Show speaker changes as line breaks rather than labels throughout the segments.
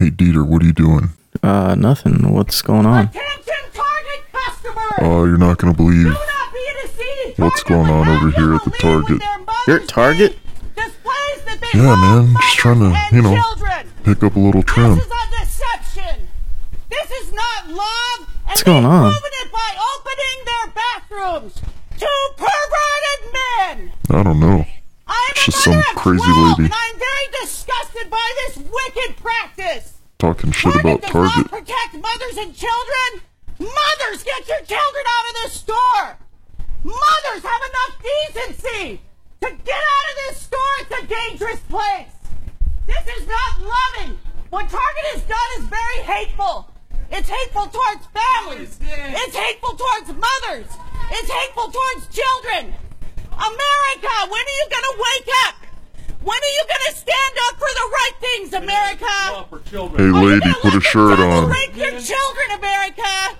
Dieter, what are you doing?
Uh, nothing. What's going on?
Attention target customers!
Uh, you're not gonna believe.
Do not be deceived!
What's
Target
going on
will
over
not
here at the
believe what
Target?
their mothers
You're at Target?
see. Displays that they
Yeah,
rob
man, just
mothers
trying to,
and
you know,
children.
Pick up a little trim.
This is a deception. This is not love. And
What's going
they've
on?
proven it by opening their bathrooms to perverted men.
I don't know.
I am
She's
a mother
some
of
crazy
12,
lady.
and I'm very disgusted by this wicked practice.
Talking shit
Target
about
does
Target.
not protect mothers and children. Mothers, get your children out of this store. Mothers have enough decency to get out of this store. It's a dangerous place. This is not loving. What Target has done is very hateful. It's hateful towards families. It's hateful towards mothers. It's hateful towards children. America, when are you going to wake up? When are you going to stand up for the right things, America?
Hey,
Are you
lady,
gonna
put
let
a
the
shirt
devil
on.
Rape your children, America.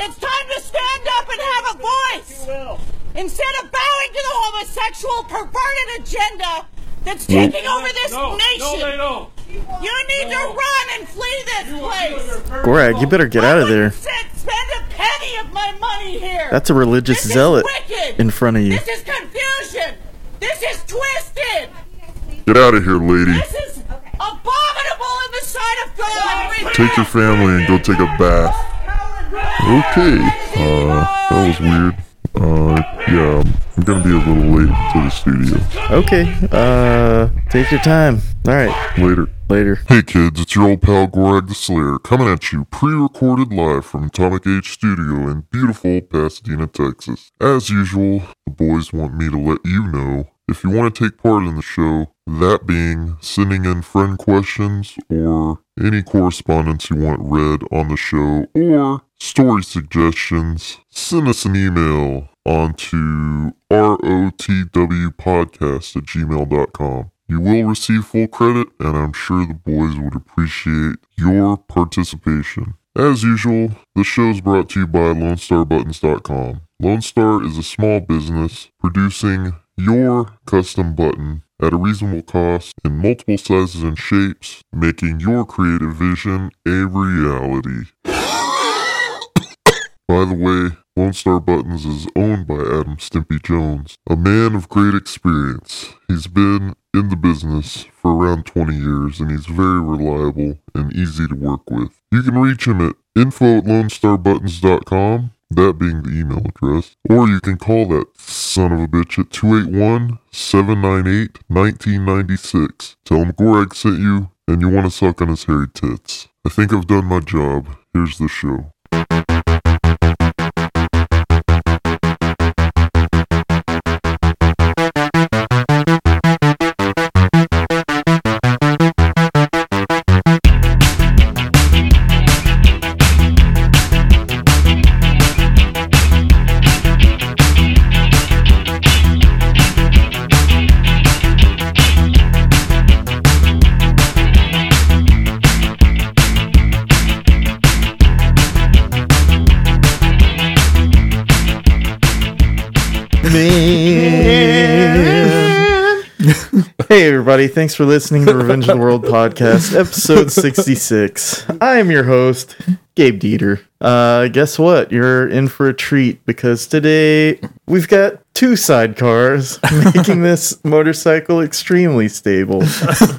It's time to stand up and have a voice. Instead of bowing to the homosexual perverted agenda that's taking over this nation,
don't.
you need to run and flee this place.
Gorag, you better get out of
I wouldn't
there.
sit- Spend a penny of my money here.
That's a religious
This is
zealot
wicked.
in front of you.
This is confusion. This is twisted.
Get out of here, lady.
This is abominable in the sight of God.
Take your family and go take a bath. Okay. Uh, that was weird. Uh, yeah, I'm gonna be a little late to the studio.
Okay. Uh, take your time. All right.
Later.
Later.
Hey kids, it's your old pal Gorag the Slayer coming at you pre-recorded live from Atomic Age Studio in beautiful Pasadena, Texas. As usual, the boys want me to let you know if you want to take part in the show, that being sending in friend questions or any correspondence you want read on the show or story suggestions, send us an email onto rotwpodcast at gmail.com. You will receive full credit, and I'm sure the boys would appreciate your participation. As usual, the show is brought to you by LoneStarButtons.com. Lone Star is a small business producing your custom button at a reasonable cost in multiple sizes and shapes, making your creative vision a reality. By the way, Lone Star Buttons is owned by Adam Stimpy Jones, a man of great experience. He's been in the business for around 20 years and he's very reliable and easy to work with. You can reach him at info at lonestarbuttons.com, that being the email address, or you can call that son of a bitch at 281 798 1996. Tell him Gorag sent you and you want to suck on his hairy tits. I think I've done my job. Here's the show.
Hey, everybody. Thanks for listening to Revenge of the World podcast, episode 66. I am your host, Gabe Dieter. Uh, guess what? You're in for a treat because today we've got two sidecars making this motorcycle extremely stable.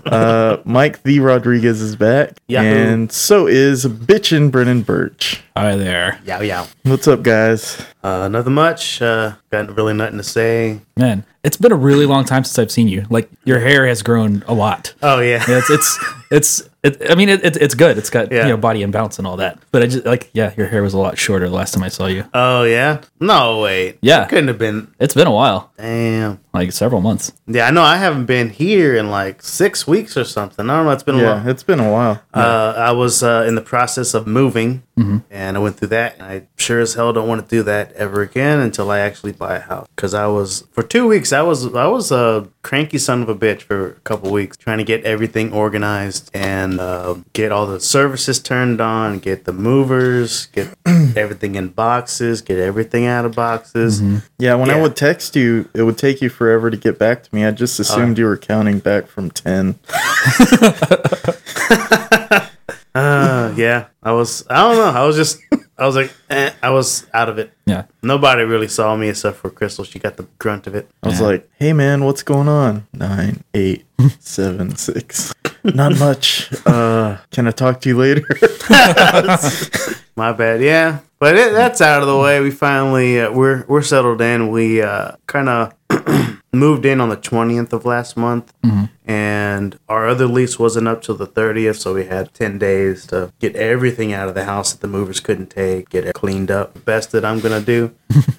Uh, Mike the Rodriguez is back.
Yahoo.
And so is bitchin' Brennan Birch.
Hi there,
Yow yow.
What's up, guys?
Uh, nothing much. Uh, got really nothing to say.
man. It's been a really long time since I've seen you. Like your hair has grown a lot.
Oh yeah.
Yeah, It's it's it's. It, I mean, it, it, it's good. It's got
Yeah.
you know body and bounce and all that. But I just like yeah, your hair was a lot shorter the last time I saw you.
Oh yeah. No wait.
Yeah.
Couldn't have been.
It's been a while,
Damn.
like several months.
Yeah, I know. I haven't been here in like six weeks or something. I don't know. It's been a
Yeah,
long.
it's been a while.
Uh, I was uh, in the process of moving, and I went through that. And I sure as hell don't want to do that ever again until I actually buy a house. Because I was for two weeks, I was I was a cranky son of a bitch for a couple weeks trying to get everything organized and uh, get all the services turned on, get the movers, get everything in boxes, get everything out of boxes.
Yeah, when I
Yeah.
would text you, it would take you forever to get back to me. I just assumed you were counting back from 10.
Uh, yeah, I was. I don't know. I was just. I was like, eh, I was out of it.
Yeah.
Nobody really saw me except for Crystal. She got the grunt of it.
I was like, hey man, what's going on? Nine, eight, seven, six. Not much. Uh, can I talk to you later?
My bad. Yeah, but it, that's out of the way. We finally uh, we're we're settled in. We uh, kind of moved in on the twentieth of last month, and our other lease wasn't up till the thirtieth, so we had ten days to get everything out of the house that the movers couldn't take, get it cleaned up. The best that I'm gonna do,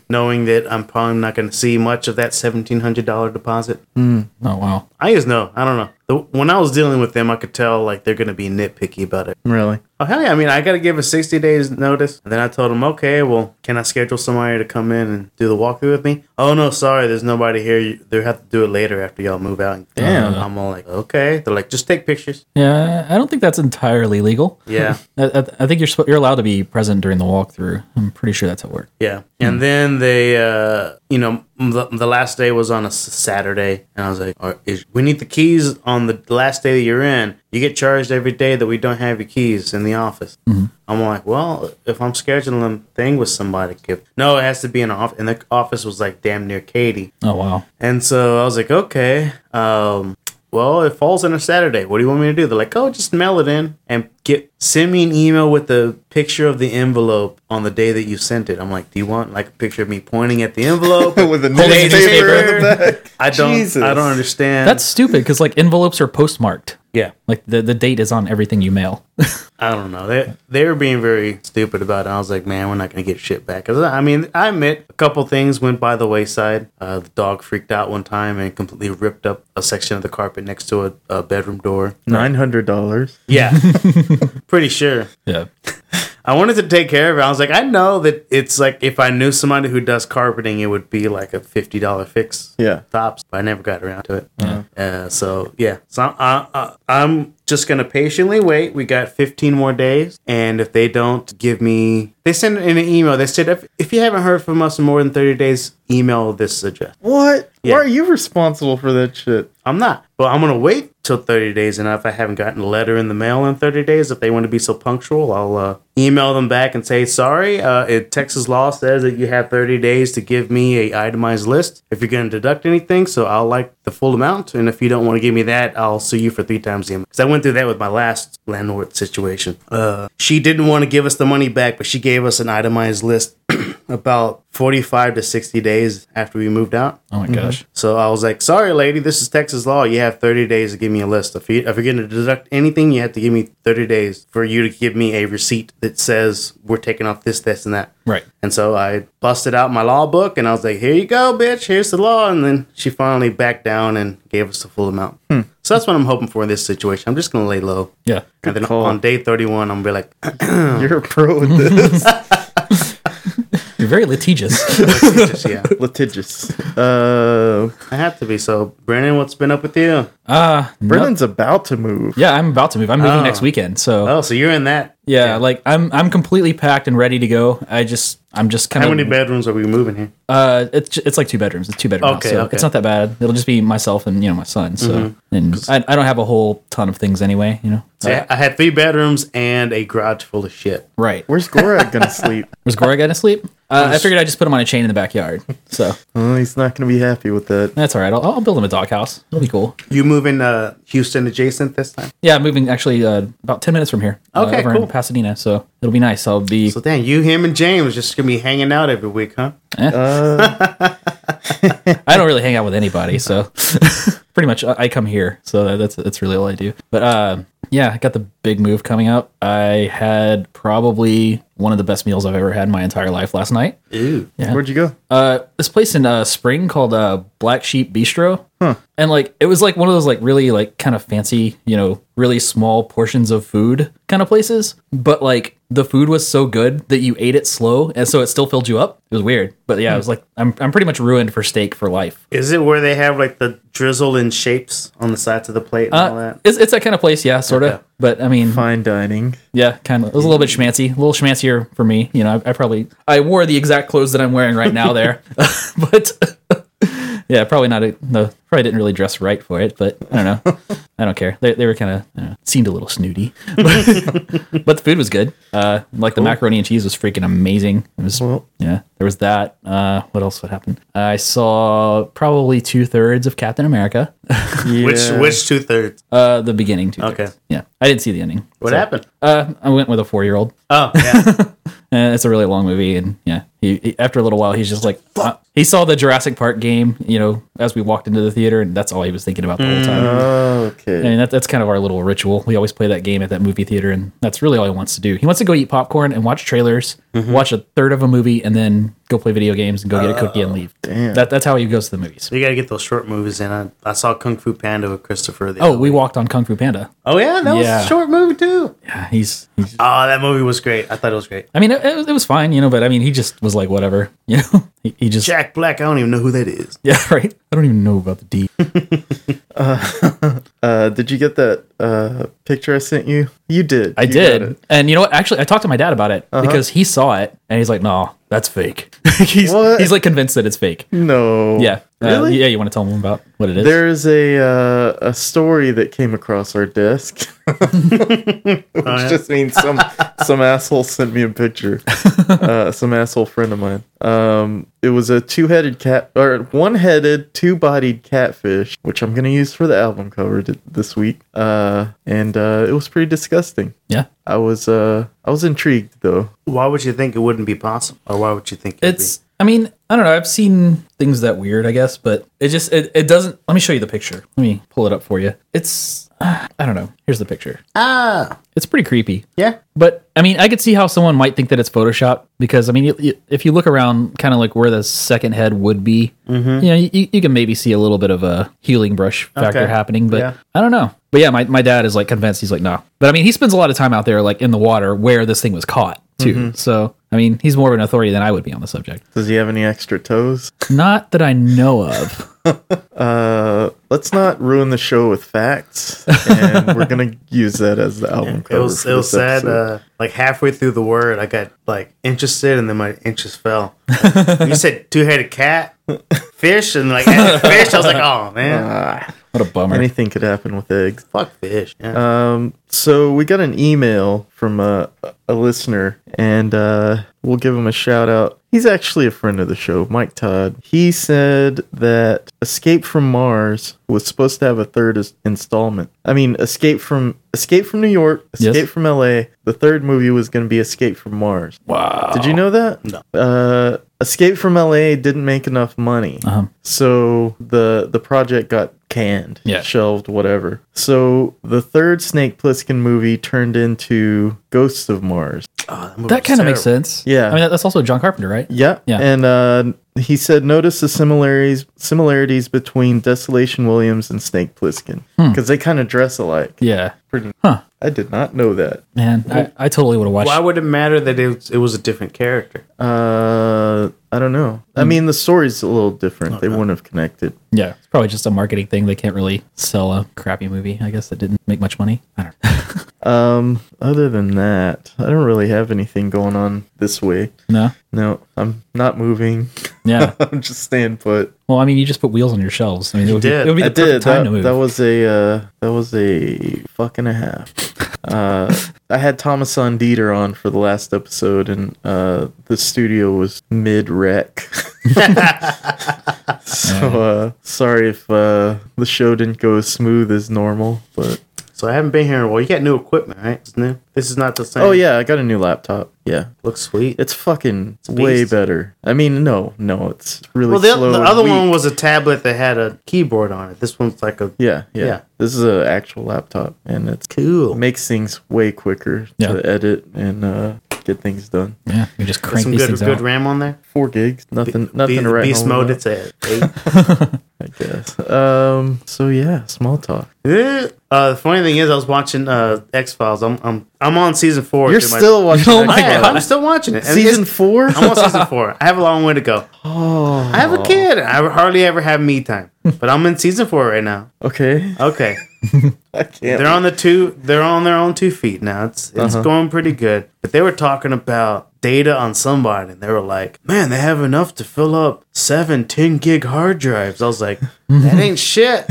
knowing that I'm probably not gonna see much of that seventeen hundred dollar deposit.
Oh wow.
I just know. I don't know. The, when I was dealing with them, I could tell like they're gonna be nitpicky about it.
really?
Oh hell yeah! I mean, I got to give a sixty days notice, and then I told him, okay, well, can I schedule somebody to come in and do the walkthrough with me? Oh no, sorry, there's nobody here. You, they have to do it later after y'all move out.
Damn.
I'm all like, okay. They're like, just take pictures.
Yeah, I don't think that's entirely legal.
Yeah,
I, I, I think you're sp- you're allowed to be present during the walkthrough. I'm pretty sure that's how it works.
yeah. And then they, uh, you know, m- the, the last day was on a s- Saturday, and I was like, all right, is, we need the keys on the last day that you're in. You get charged every day that we don't have your keys in the office. I'm like, well, if I'm scheduling a thing with somebody, give no, it has to be in an office. And the office was like damn near Katie.
Oh wow.
And so I was like, okay, um, well, it falls on a Saturday. What do you want me to do? They're like, oh, just mail it in and get send me an email with the picture of the envelope on the day that you sent it. I'm like, do you want like a picture of me pointing at the envelope
With a
Holding
newspaper,
a newspaper.
in the back.
I don't,
Jesus.
I don't understand.
That's stupid because like envelopes are postmarked.
yeah.
Like the, the date is on everything you mail.
I don't know. They they were being very stupid about it. I was like, man, we're not gonna get shit back. 'Cause, I mean, I admit a couple things went by the wayside. Uh, the dog freaked out one time and completely ripped up a section of the carpet next to a, a bedroom door.
Nine hundred dollars.
Yeah, pretty sure.
yeah.
I wanted to take care of it. I was like, I know that it's like if I knew somebody who does carpeting, it would be like a fifty dollar fix.
Yeah.
tops. But I never got around to it. Uh, so yeah, so I, I, I'm just gonna patiently wait. We got fifteen more days, and if they don't give me, they sent in an email. They said if, if you haven't heard from us in more than thirty days, email this address.
What?
Yeah.
Why are you responsible for that shit?
I'm not. But I'm gonna wait till 30 days, and if I haven't gotten a letter in the mail in 30 days, if they want to be so punctual, I'll uh, email them back and say sorry. Uh, it, Texas law says that you have 30 days to give me a itemized list if you're gonna deduct anything. So I'll like the full amount, and if you don't want to give me that, I'll sue you for three times the amount. Because I went through that with my last landlord situation. Uh, she didn't want to give us the money back, but she gave us an itemized list about 45 to 60 days after we moved out.
Oh my gosh.
So I was like, "Sorry, lady, this is Texas law. You have 30 days to give me a list. If, you, if you're going to deduct anything, you have to give me 30 days for you to give me a receipt that says we're taking off this, this, and that."
Right.
And so I busted out my law book and I was like, "Here you go, bitch. Here's the law." And then she finally backed down and gave us the full amount. So that's what I'm hoping for in this situation. I'm just going to lay low.
Yeah.
and then
call.
on day 31, I'm going to be like, Oh.
You're a pro with this.
You're very litigious.
"Yeah,
Litigious. Uh,
I have to be." So, Brandon, what's been up with you?
uh no.
Brendan's about to move.
Yeah, I'm about to move. I'm moving
Oh.
next weekend. So
Oh, so you're in that.
yeah, like I'm I'm completely packed and ready to go. I just I'm just kind
How
of
many bedrooms are we moving here?
Uh, it's ju- it's like two bedrooms. It's two bedrooms.
Okay,
so
okay. Mm-hmm.
It's not that bad. It'll just be myself and you know my son. So and I, I don't have a whole ton of things anyway. You know.
So I- I had three bedrooms and a garage full of shit.
Right.
Where's Gorak gonna sleep?
Was Gorak going to sleep? Uh, I figured I just put him on a chain in the backyard. So
Oh, he's not gonna be happy with that.
that's all right. I'll, I'll build him a doghouse. It'll be cool.
You moving uh, Houston adjacent this time?
Yeah, I'm moving actually uh, about ten minutes from here. uh,
Okay,
over
cool.
in Pasadena. So it'll be nice. I'll be.
So dang, you, him, and James just gonna be hanging out every week, huh?
I don't really hang out with anybody. So pretty much I, I come here. So that- that's that's really all I do. But uh, yeah, I got the big move coming up. I had probably one of the best meals I've ever had in my entire life last night.
Ooh,
Where'd you go?
Um,
uh, this place in uh, Spring called uh, Black Sheep Bistro, and like it was like one of those like really like kind of fancy, you know, really small portions of food kind of places. But like the food was so good that you ate it slow, and so it still filled you up. It was weird, but yeah, it was like I'm I'm pretty much ruined for steak for life.
is it where they have like the drizzle and shapes on the sides of the plate and all
Uh,
that?
it's it's that kind of place, yeah, sort of.
Okay.
But I mean,
Fine dining.
yeah, kind of. It was a little bit schmancy, a little schmancier for me. You know, I, I probably I wore the exact clothes that I'm wearing right now there, but yeah, probably not. A, no, probably didn't really dress right for it, but I don't know. I don't care. They, they were kind of uh, seemed a little snooty, but the food was good. Uh, like the macaroni and cheese was freaking amazing. It was
Well.
yeah. There was that. Uh, what else would happen? I saw probably two thirds of Captain America.
Which
Yeah.
which two thirds?
Uh, the beginning two.
Okay.
Yeah, I didn't see the ending.
What
So,
happened?
Uh, I went with a four year old.
Oh yeah.
Uh, it's a really long movie, and yeah, he, he- after a little while, he's just like, "Fuck." he saw the Jurassic Park game, you know, as we walked into the theater, and that's all he was thinking about the whole time.
Mm-hmm.
I
Okay.
mean, that, that's kind of our little ritual. We always play that game at that movie theater, and that's really all he wants to do. He wants to go eat popcorn and watch trailers, watch a third of a movie, and then go play video games and go get a cookie and leave.
damn.
That, that's how he goes to the movies.
you gotta get those short movies in. I, I saw Kung Fu Panda with Christopher. The
Oh,
other
we
week.
walked on Kung Fu Panda.
Oh yeah, that was
Yeah.
a short movie too.
Yeah, he's. he's
Oh, that movie was great. I thought it was great.
I mean, it, it, was, it was fine, you know, but I mean, he just was like, whatever, you know. He, he just.
Jack Black. I don't even know who that is.
Yeah, right. I don't even know about the D.
Uh, did you get that uh, picture I sent you? You did.
I
You got it.
did.
Uh-huh.
And you know what? Actually, I talked to my dad about it because he saw it and he's like, no, that's fake. he's,
What?
he's like convinced that it's fake.
No.
Yeah. Uh,
Really?
yeah, you want to tell him about what it is?
There's a uh, a story that came across our desk.
Oh,
Which just means some some asshole sent me a picture. Uh, some asshole friend of mine. Um, it was a two headed cat or one headed, two bodied catfish, which I'm gonna use for the album cover t- this week. Uh, and uh, it was pretty disgusting.
yeah.
I was uh, I was intrigued though.
Why would you think it wouldn't be possible? Or why would you think it'd
It's, I mean, I don't know. I've seen things that weird, I guess, but it just, it, it doesn't. Let me show you the picture. Let me pull it up for you. It's, I don't know. Here's the picture.
be? Ah,
It's pretty creepy.
yeah.
But I mean, I could see how someone might think that it's Photoshop because I mean, you- you- if you look around, kind of like where the second head would be, you know, you, you can maybe see a little bit of a healing brush factor
Okay.
happening. But
Yeah.
I don't know. But yeah, my, my dad is like convinced. He's like, no. But I mean, he spends a lot of time out there, like in the water where this thing was caught too. So I mean, he's more of an authority than I would be on the subject.
Does he have any extra toes?
Not that I know of.
Uh, let's not ruin the show with facts, and we're gonna use that as the album
It
cover.
was
for
it was
this
sad.
episode.
Uh, like halfway through the word, I got like interested, and then my interest fell. you said two headed cat, fish, and like added fish. I was like, oh man,
Uh,
What a bummer.
Anything could happen with eggs.
fuck fish. Yeah.
Um, so we got an email from a, a listener, and uh, we'll give him a shout out. He's actually a friend of the show, Mike Todd. He said that Escape from Mars was supposed to have a third is- installment. I mean, Escape from Escape from New York,
Yes.
Escape from L.A. The third movie was going to be Escape from Mars.
wow.
Did you know that? No. Uh, Escape from LA didn't make enough money,
Uh-huh.
so the the project got canned,
Yeah.
shelved, whatever. So the third Snake Plissken movie turned into Ghosts of Mars.
Oh, movie
That
was
kind of makes
terrible.
sense.
Yeah.
I mean, that, that's also John Carpenter, right?
Yeah,
Yeah.
And uh, he said, notice the similarities similarities between Desolation Williams and Snake Plissken because they kind of dress alike.
Hmm. Yeah.
Pretty.
Huh.
I did not know that.
Man, I, I totally would have watched.
Why would it matter that it, was- it was a different character?
Uh, I don't know.
Hmm.
I mean, the story's a little different. they wouldn't have connected.
Yeah, it's probably just a marketing thing. They can't really sell a crappy movie. I guess that didn't make much money. I don't know.
Um, other than that, I don't really have anything going on this way.
no.
No, I'm not moving.
Yeah.
I'm just staying put.
Well, I mean, you just put wheels on your shelves. I mean, it would, be,
did.
it would be the
I
perfect
did.
time
That,
to move.
that was a uh, that was a fuck and a half. Uh, I had Thomas on Dieter on for the last episode, and uh, the studio was mid wreck. so uh, sorry if uh, the show didn't go as smooth as normal, but
So I haven't been here in a while. You got new equipment, right? It's new. This is not the same.
oh yeah, I got a new laptop. Yeah,
looks sweet.
It's fucking
beast.
way better. I mean, no, no, it's really
well, the,
slow.
the
and
other
weak.
one was a tablet that had a keyboard on it. This one's like a
yeah, yeah,
Yeah.
This is an actual laptop, and it's
cool.
makes things way quicker
Yeah.
to edit and uh, get things done.
yeah, you just crank
Some
these
good
things
good
out.
RAM on there.
Four gigs, nothing, nothing
Be-
to write
Beast
home
mode.
about,
It's at eight.
I guess. Um. So yeah, small talk.
Eh. uh, the funny thing is, I was watching uh, X Files. I'm, I'm I'm on season four.
You're
dude.
still watching.
Oh
I
my
am.
God.
I'm still watching it. And
season Oh.
it's-
four.
I'm on season four. I have a long way to go. I have a kid. I hardly ever have me time, but I'm in season four right now.
okay,
Okay,
I can't.
they're on the two. They're on their own two feet now. It's it's
Uh-huh.
going pretty good. But they were talking about data on somebody, and they were like, "Man, they have enough to fill up seven 10 gig hard drives." I was like, "That ain't shit."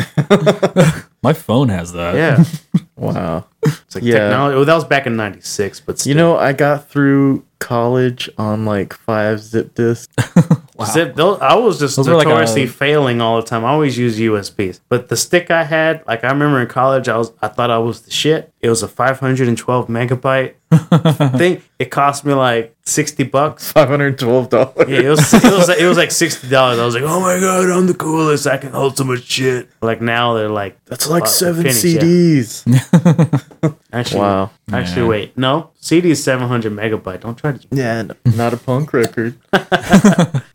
My phone has that.
Yeah,
Wow.
it's like
Yeah.
technology. Well, that was back in '96, but still.
You know, I got through college on like five zip disks.
Zip, those, I was just
Those were like uh,
notoriously
a-
failing all the time. I always use USBs, but the stick I had, like I remember in college, I was I thought I was the shit. It was a 512 megabyte thing. It cost me like 60 bucks.
Five hundred twelve dollars.
Yeah, it was it was, it was like sixty dollars. I was like, oh my god, I'm the coolest. I can hold so much shit. Like now they're like,
That's like
Wow,
seven
pennies, yeah.
CDs.
actually,
Wow.
actually, wait, no, CD is 700 megabyte. Don't try to.
Yeah, n- not a punk record.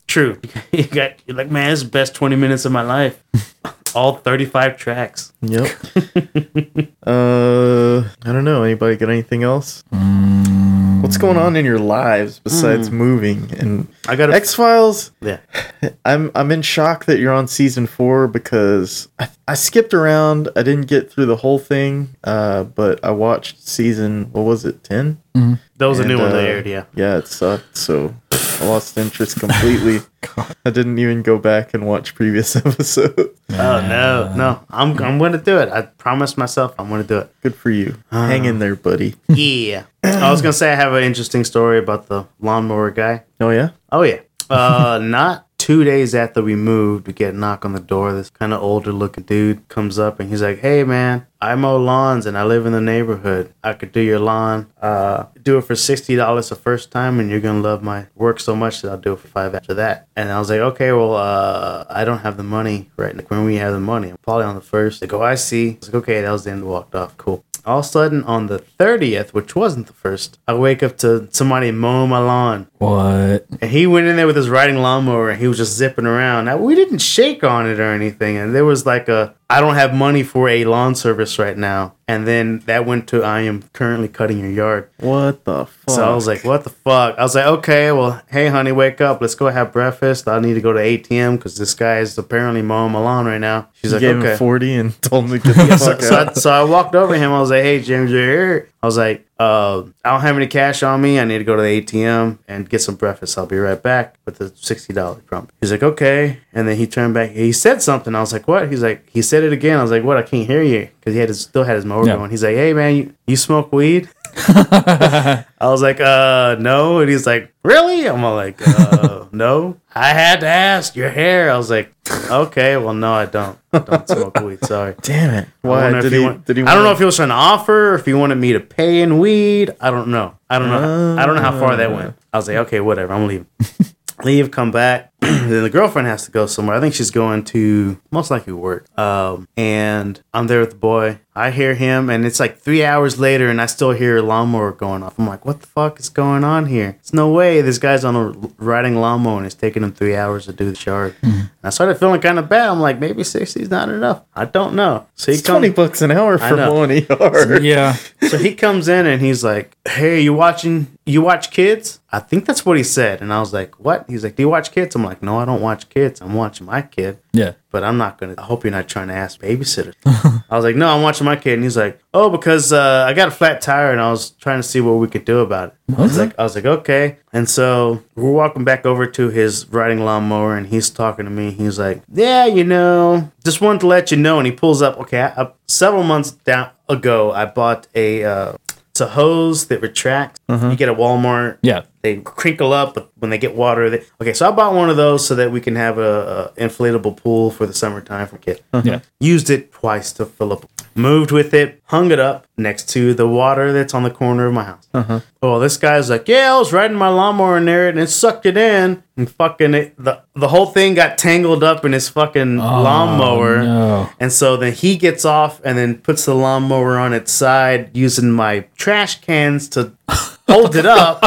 True, you got you're like, man, this is the best 20 minutes of my life. all 35 tracks.
Yep. uh, I don't know. Anybody got anything else? What's going on in your lives besides moving and
I got a
X Files?
yeah.
I'm I'm in shock that you're on season four because I, I skipped around. I didn't get through the whole thing, uh, but I watched season what was it 10
That was a new
And,
one
uh,
they aired, yeah.
Yeah, it sucked. So I lost interest completely. I didn't even go back and watch previous episodes.
Oh no, no. I'm I'm gonna do it. I promised myself I'm gonna do it.
Good for you. Hang in there, buddy.
Yeah. I was gonna say I have an interesting story about the lawnmower guy.
Oh yeah.
Oh yeah. Uh not two days after we moved, we get a knock on the door. This kind of older looking dude comes up and he's like, Hey man, I mow lawns and I live in the neighborhood. I could do your lawn. Uh do it for sixty dollars the first time and you're gonna love my work so much that I'll do it for five after that. And I was like, Okay, well uh I don't have the money right now. When we have the money, I'm probably on the first. They go, I see. I was like, Okay, that was the end walked off. Cool. All of a sudden, on the 30th, which wasn't the first, I wake up to somebody mowing my lawn.
What?
And he went in there with his riding lawnmower and he was just zipping around. Now, we didn't shake on it or anything. And there was like a, I don't have money for a lawn service right now. And then that went to, I am currently cutting your yard.
What the fuck?
So I was like, what the fuck? I was like, okay, well, hey, honey, wake up. Let's go have breakfast. I need to go to ATM because this guy is apparently mowing my lawn right now.
You
She's like,
gave
okay.
him forty and told him to get the
so,
fuck
so
out.
I, so I walked over to him. I was like, "Hey, James, you're here." I was like, uh, "I don't have any cash on me. I need to go to the ATM and get some breakfast. I'll be right back with the sixty dollars prompt." He's like, "Okay," and then he turned back. He said something. I was like, "What?" He's like, "He said it again." I was like, "What?" I can't hear you because he had his, still had his mower
Yeah.
going. He's like, "Hey, man, you, you smoke weed?" I was like, "Uh, no," and he's like, "Really?" I'm all like, "Uh, no." I had to ask your hair. I was like, "Okay, well, no, I don't. I don't smoke weed. Sorry."
Damn it!
I
Why
wonder if
did he?
want-
did he?
I don't know if
want-
he was trying to offer, or if he wanted me to pay in weed. I don't know. I don't know. I don't know how far that went. I was like, okay, whatever. I'm leaving. Leave, come back. then the girlfriend has to go somewhere. I think she's going to most likely work. Um, and I'm there with the boy. I hear him, and it's like three hours later, and I still hear a lawnmower going off. I'm like, what the fuck is going on here? There's no way this guy's on a riding lawnmower, and it's taking him three hours to do the yard. And I started feeling kind of bad. I'm like, maybe 60 is not enough. I don't know. So he
It's twenty
comes.
bucks an hour for
know.
mowing a yard.
Yeah.
So he comes in and he's like, "Hey, you watching? You watch kids?" I think that's what he said, and I was like, "What?" He's like, "Do you watch kids?" I'm like, "No, I don't watch kids. I'm watching my kid."
Yeah.
But I'm not gonna. I hope you're not trying to ask babysitter. I was like, no, I'm watching my kid, and he's like, oh, because uh, I got a flat tire, and I was trying to see what we could do about it. I was like, I was like, okay. And so we're walking back over to his riding lawnmower, and he's talking to me. He's like, yeah, you know, just wanted to let you know. And he pulls up. Okay, I, I- several months down ago, I bought a. Uh, it's a hose that retracts. You get a Walmart
Yeah.
they crinkle up but when they get water. They, okay, so I bought one of those so that we can have a, a inflatable pool for the summertime for kids.
Yeah.
Used it twice to fill up. Moved with it, hung it up next to the water that's on the corner of my house. Oh, this guy's like, yeah, I was riding my lawnmower in there and it sucked it in, and fucking it, the the whole thing got tangled up in his fucking lawnmower.
no.
And so then he gets off and then puts the lawnmower on its side using my trash cans to hold it up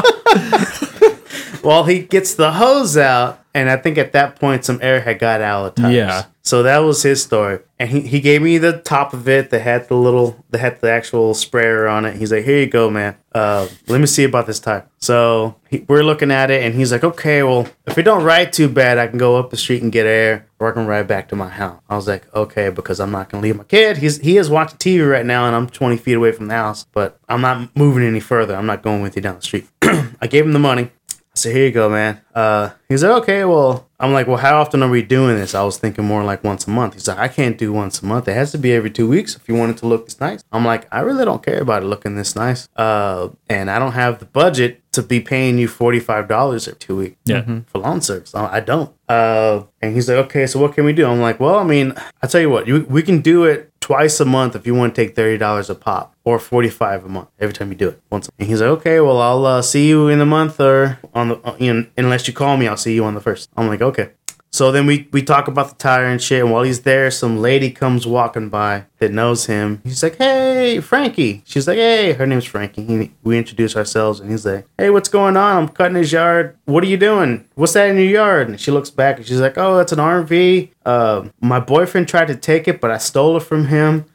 while he gets the hose out. And I think at that point, some air had got out of the tires.
Yeah.
So that was his story. And he, he gave me the top of it that had the little, that had the actual sprayer on it. He's like, here you go, man. Uh, let me see about this tire. So he, we're looking at it and he's like, okay, well, if it don't ride too bad, I can go up the street and get air or I can ride back to my house. I was like, okay, because I'm not going to leave my kid. He's, he is watching TV right now and I'm 20 feet away from the house, but I'm not moving any further. I'm not going with you down the street. I gave him the money. I So here you go, man. Uh, he's like, okay, well, I'm like, well, how often are we doing this? I was thinking more like once a month. He's like, I can't do once a month. It has to be every two weeks if you want it to look this nice. I'm like, I really don't care about it looking this nice. Uh, and I don't have the budget to be paying you $45 every two weeks
Yeah.
for lawn service. I I don't. Uh, and he's like, okay, so what can we do? I'm like, well, I mean, I tell you what, you, we can do it twice a month if you want to take thirty dollars a pop or forty five a month every time you do it once. And he's like, okay, well, I'll uh, see you in a month or on the uh, in, unless you call me, I'll see you on the first. I'm like, okay. So then we, we talk about the tire and shit. And while he's there, some lady comes walking by that knows him. He's like, hey, Frankie. She's like, hey, her name's Frankie. He, we introduce ourselves and he's like, hey, what's going on? I'm cutting his yard. What are you doing? What's that in your yard? And she looks back and she's like, oh, that's an RV. Uh, my boyfriend tried to take it, but I stole it from him.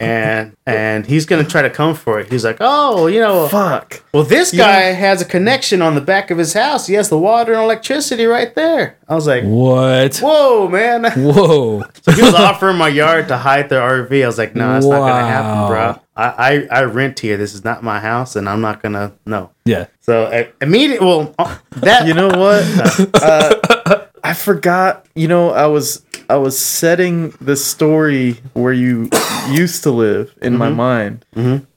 and and he's going to try to come for it. He's like, oh, you know,
Fuck.
well, this guy has a connection on the back of his house. He has the water and electricity right there. I was like,
What?
whoa, man.
Whoa.
So he was offering my yard to hide their RV. I was like, no, that's not going to happen,
Wow.
bro. I, I, I rent here. This is not my house, and I'm not going to, no.
Yeah.
So uh, immediately, well, uh, that,
You know what? uh, I forgot. You know, I was I was setting the story where you used to live in my mind,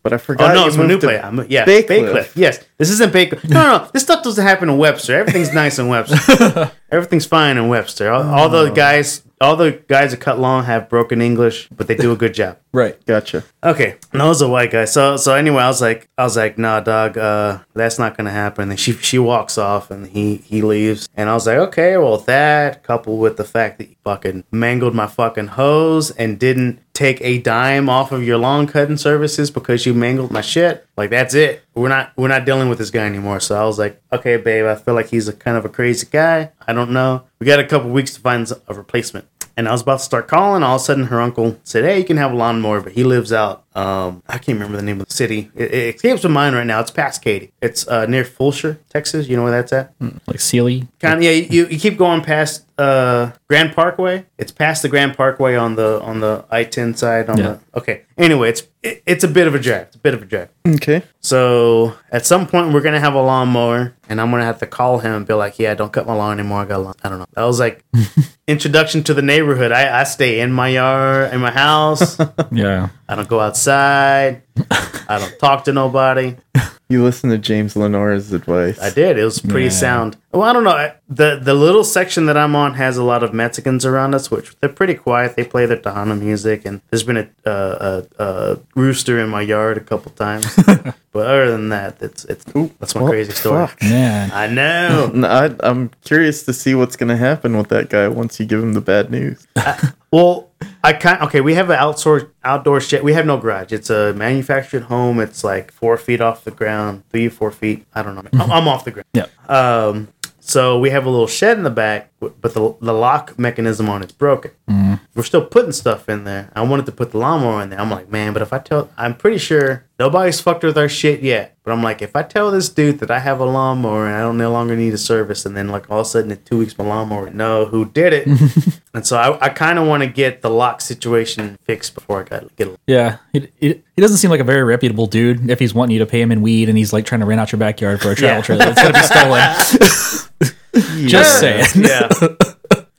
but I forgot.
Mm-hmm. oh, no,
you
it's my new
moved to-
play. I'm, yeah,
Baycliff.
Baycliff. Yes, this isn't Baycliff. No, no, no, this stuff doesn't happen in Webster. Everything's nice in Webster. Everything's fine in Webster. All, all the guys, all the guys that cut long have broken English, but they do a good job.
Right.
Gotcha.
Okay, and I was a white guy. So so anyway, I was like, I was like, nah, dog, uh, that's not gonna happen. And she she walks off, and he he leaves, and I was like, okay, well that coupled with the fact that you fucking mangled my fucking hose and didn't take a dime off of your lawn cutting services because you mangled my shit, like that's it. We're not we're not dealing with this guy anymore. So I was like, okay, babe, I feel like he's a kind of a crazy guy. I don't know. We got a couple weeks to find a replacement. And I was about to start calling. All of a sudden, her uncle said, "Hey, you can have a lawnmower," but he lives out. Um, I can't remember the name of the city. It, it escapes my mind right now. It's past Katy. It's uh, near Fulshire, Texas. You know where that's at?
Like Sealy.
Kind of. Yeah, you, you keep going past uh, Grand Parkway. It's past the Grand Parkway on the on the I ten side. On
Yeah.
the okay. Anyway, it's it, it's a bit of a drive. It's a bit of a drive.
Okay.
So at some point we're gonna have a lawnmower, and I'm gonna have to call him and be like, "Yeah, don't cut my lawn anymore. I got a lawn." I don't know. That was like introduction to the neighborhood. I, I stay in my yard, in my house. I
Yeah.
don't go outside. I don't talk to nobody.
You listen to James Lenore's advice.
I did. It was pretty
Yeah.
sound. Well, I don't know. I- the The little section that I'm on has a lot of Mexicans around us, which they're pretty quiet. They play their Tejano music, and there's been a, uh, a, a rooster in my yard a couple times. but other than that, it's it's that's my
Well,
crazy story.
fuck.
Man.
I know.
And I, I'm curious to see what's going to happen with that guy once you give him the bad news.
well, I kind okay. We have an outdoor outdoor shed. We have no garage. It's a manufactured home. It's like four feet off the ground, three or four feet. I don't know. I'm, I'm off the ground.
Yeah.
Um, so we have a little shed in the back, w- but the, the lock mechanism on it's broken. We're still putting stuff in there. I wanted to put the lawnmower in there. I'm like, man, but if I tell, I'm pretty sure nobody's fucked with our shit yet. But I'm like, if I tell this dude that I have a lawnmower and I don't no longer need a service, and then like all of a sudden in two weeks my lawnmower, no, who did it? and so I, I kind of want to get the lock situation fixed before I got get. A,
Yeah. He, he, he doesn't seem like a very reputable dude if he's wanting you to pay him in weed and he's like trying to rent out your backyard for a travel
Yeah.
trailer. It's going to be stolen. Just saying.
yeah.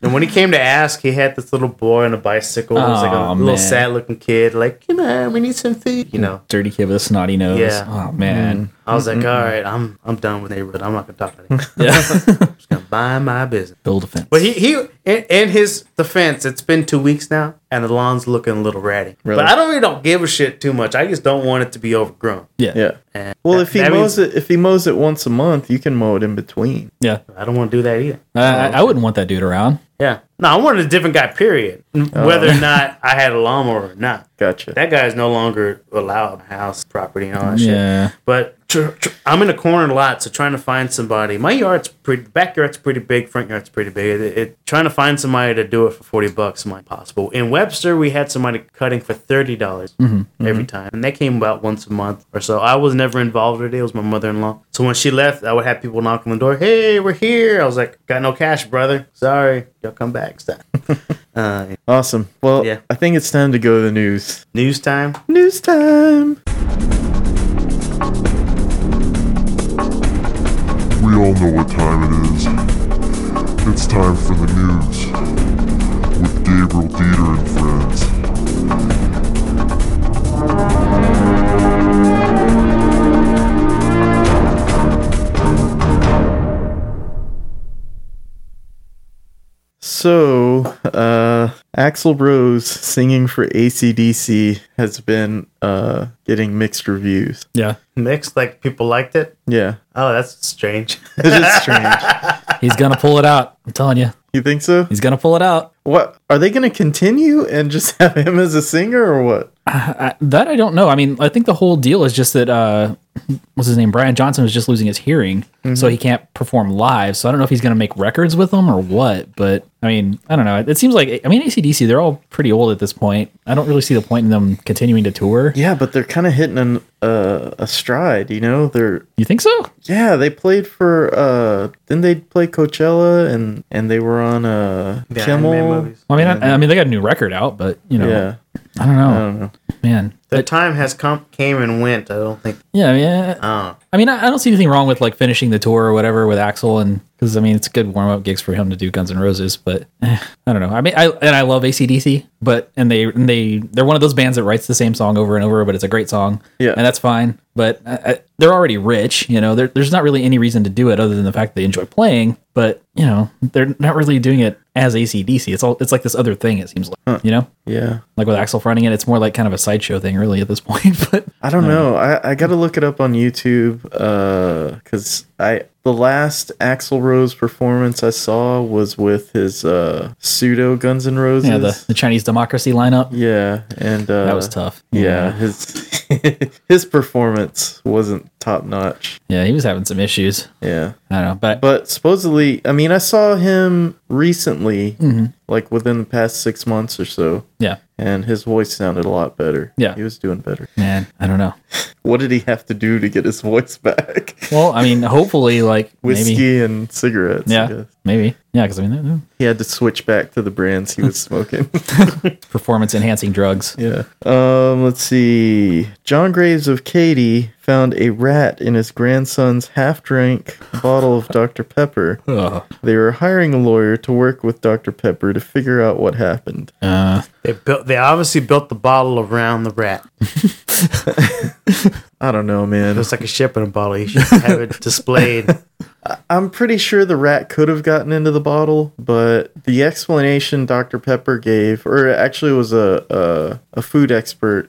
And when he came to ask, he had this little boy on a bicycle. It was like a
Aw,
little
man.
sad-looking kid, like you know, we need some food. You know,
Dirty kid with a snotty nose.
Yeah.
Oh, man.
I was like, all right, I'm I'm done with neighborhood. I'm not gonna talk about it. I'm
Yeah.
just gonna mind my business.
Build a fence.
Mm. But he he in, in his defense, it's been two weeks now, and the lawn's looking a little ratty.
Really?
But I don't really don't give a shit too much. I just don't want it to be overgrown.
yeah.
Yeah.
And
Well,
that-
if he
that
mows
means-
it, if he mows it once a month, you can mow it in between.
Yeah.
I don't want to do that either.
I, I, I wouldn't want that dude around.
Yeah, no, I wanted a different guy. Period. Whether or not I had a lawnmower or not.
Gotcha.
That guy is no longer allowed on house property and all that shit.
Yeah.
But tr- tr- I'm in a corner lot, so trying to find somebody. My yard's pretty, backyard's pretty big, front yard's pretty big. It, it- trying to find somebody to do it for forty bucks might possible. In Webster, we had somebody cutting for thirty dollars every time, and they came about once a month or so. I was never involved with it. It was my mother-in-law. So when she left, I would have people knock on the door. Hey, we're here. I was like, got no cash, brother. Sorry, y'all come back. Stop. uh,
Awesome. Well,
Yeah.
I think it's time to go to the news.
news time.
News time.
We all know what time it is. It's time for the news with Gabriel Dieter and friends.
So, uh, Axel Rose singing for ACDC has been uh, getting mixed reviews.
Yeah.
Mixed, like people liked it.
Yeah,
Oh, that's strange.
it is strange.
He's going to pull it out. I'm telling you.
You think so?
He's going to pull it out.
What are they going to continue and just have him as a singer or what?
I, that I don't know. I mean, I think the whole deal is just that, uh, what's his name? Brian Johnson was just losing his hearing,
Mm-hmm.
so he can't perform live. So I don't know if he's going to make records with them or what, but I mean, I don't know. It seems like, I mean, ACDC, they're all pretty old at this point. I don't really see the point in them continuing to tour.
Yeah, but they're kind of hitting an, uh, a stride, you know. They're
You think so?
yeah, they played for uh, then they play Coachella and and they were on uh,
The Iron Man
Kimmel.
movies.
I mean, I, I mean, they got a new record out, but you know,
Yeah,
I don't know,
I don't know.
man.
The
But,
time has come, came and went. I don't think.
yeah, I mean, I,
Oh,
I mean, I I don't see anything wrong with like finishing the tour or whatever with Axel, and because I mean, it's good warm up gigs for him to do Guns N' Roses. But eh, I don't know. I mean, I and I love ACDC, but and they and they they're one of those bands that writes the same song over and over, but it's a great song.
Yeah.
and that's fine. But I, I, they're already rich, you know. there- There's not really any reason to do it other than the fact they enjoy playing. But you know, they're not really doing it as ACDC. It's all it's like this other thing. It seems like you know.
Yeah,
like with Axel fronting it, it's more like kind of a sideshow thing, really, at this point. But
I don't know. I, I got to look it up on YouTube because I the last Axl Rose performance I saw was with his uh, pseudo Guns N' Roses.
yeah, the, the Chinese democracy lineup
Yeah, and uh,
that was tough.
Yeah, his his performance wasn't top notch.
yeah, he was having some issues.
Yeah,
I don't know, but,
but supposedly, I mean, I saw him recently,
Mm-hmm.
like within the past six months or so,
yeah,
and his voice sounded a lot better.
Yeah.
he was doing better.
man, I don't know.
What did he have to do to get his voice back?
Well, I mean, hopefully, like
Whiskey
maybe,
and cigarettes. I
yeah,
guess.
maybe, yeah, because I mean, they're- they're
he had to switch back to the brands he was smoking.
performance enhancing drugs.
Yeah. Um, let's see. John Graves of Katy found a rat in his grandson's half drank bottle of Dr. Pepper.
Ugh.
They were hiring a lawyer to work with Dr. Pepper to figure out what happened.
Uh,
they built. They obviously built the bottle around the rat.
I don't know, man.
It's like a ship in a bottle. You should have it displayed.
I'm pretty sure the rat could have gotten into the bottle, but the explanation Dr. Pepper gave, or actually it was a, a, a food expert,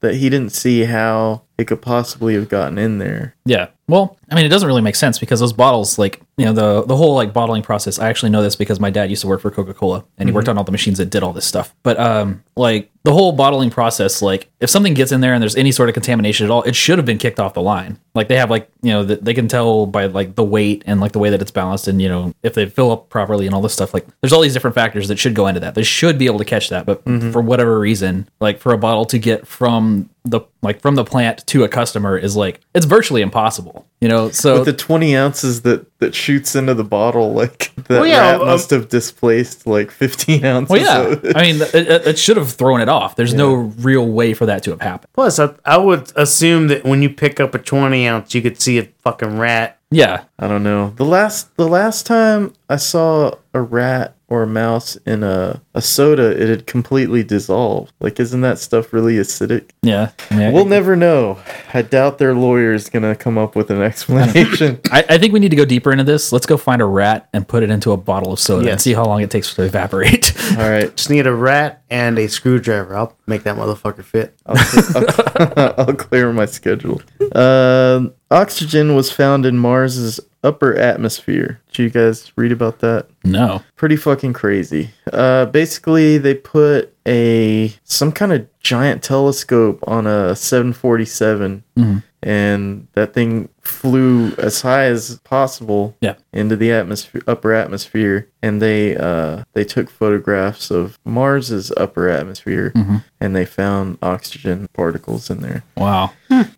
that he didn't see how it could possibly have gotten in there.
Yeah. Well, I mean, it doesn't really make sense because those bottles, like you know, the the whole like bottling process. I actually know this because my dad used to work for Coca Cola, and he worked on all the machines that did all this stuff. But um, like the whole bottling process, like if something gets in there and there's any sort of contamination at all, it should have been kicked off the line. Like they have like you know th- they can tell by like the weight and like the way that it's balanced, and you know if they fill up properly and all this stuff. Like there's all these different factors that should go into that. They should be able to catch that, but
Mm-hmm.
for whatever reason, like for a bottle to get from the like from the plant to a customer is like it's virtually impossible you know so
But the 20 ounces that that shoots into the bottle like that
yeah,
rat
um,
must have displaced like 15 ounces
well yeah
of it.
i mean it, it- it should have thrown it off there's no real way for that to have happened
Plus, I, I would assume that when you pick up a twenty ounce, you could see a fucking rat.
yeah
i don't know the last the last time i saw a rat or a mouse in a, a soda it had completely dissolved like isn't that stuff really acidic
yeah I, mean, I-
we'll never know i doubt their lawyer is gonna come up with an explanation
I, I think we need to go deeper into this let's go find a rat and put it into a bottle of soda and
Yes.
see how long it takes to evaporate
all right
Just need a rat and a screwdriver. I'll make that motherfucker fit.
I'll clear my schedule. Um oxygen was found in Mars's upper atmosphere. Did you guys read about that?
no
Pretty fucking crazy. Uh, basically, they put a some kind of giant telescope on a 747, and that thing flew as high as possible
yeah
into the atmosphere, upper atmosphere, and they uh, they took photographs of Mars's upper atmosphere, and they found oxygen particles in there.
wow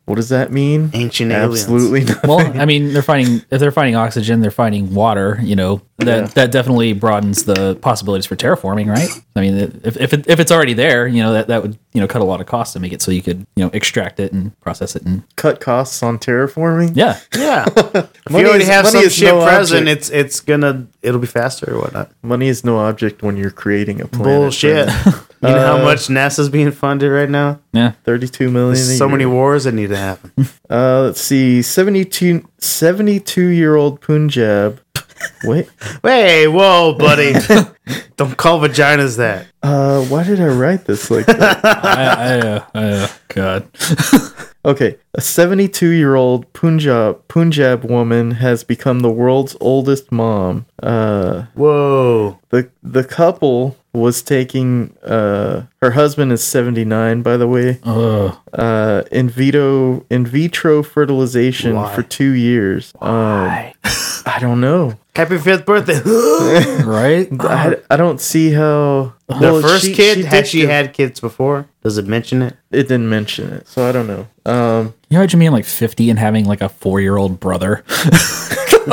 What does that mean?
Ancient aliens.
Absolutely not.
well i mean they're finding if they're finding oxygen they're finding water you know that
Yeah.
that definitely broadens the possibilities for terraforming right i mean if, if, it, if it's already there you know that that would you know cut a lot of costs to make it so you could you know extract it and process it and
Cut costs on terraforming.
yeah
Yeah. if
Money
you already
is-
have
money
some
is
shit
no
present,
object.
it's it's gonna it'll be faster or whatnot.
Money is no object when you're creating a planet.
Bullshit.
friend.
you know
Uh,
how much NASA's being funded right now?
yeah
Thirty-two million. a
There's so
year.
many wars that need to happen.
Uh, let's see. 72 year old Punjab. Wait.
hey, whoa, buddy. Don't call vaginas that.
Uh, why did I write this like that?
I, I, uh, I, uh, god
Okay, a 72 year old Punjab Punjab woman has become the world's oldest mom. Uh,
Whoa.
the the couple was taking uh, her husband is 79 by the way.
Ugh.
Uh, in vitro in vitro fertilization
Why?
for two years. Um, I don't know.
Happy fifth birthday.
right
I, I don't see how the
the first kid, had she had kids before? Does it mention it?
it didn't mention it, so I don't know. Um,
you imagine being like 50 and having like a four-year-old brother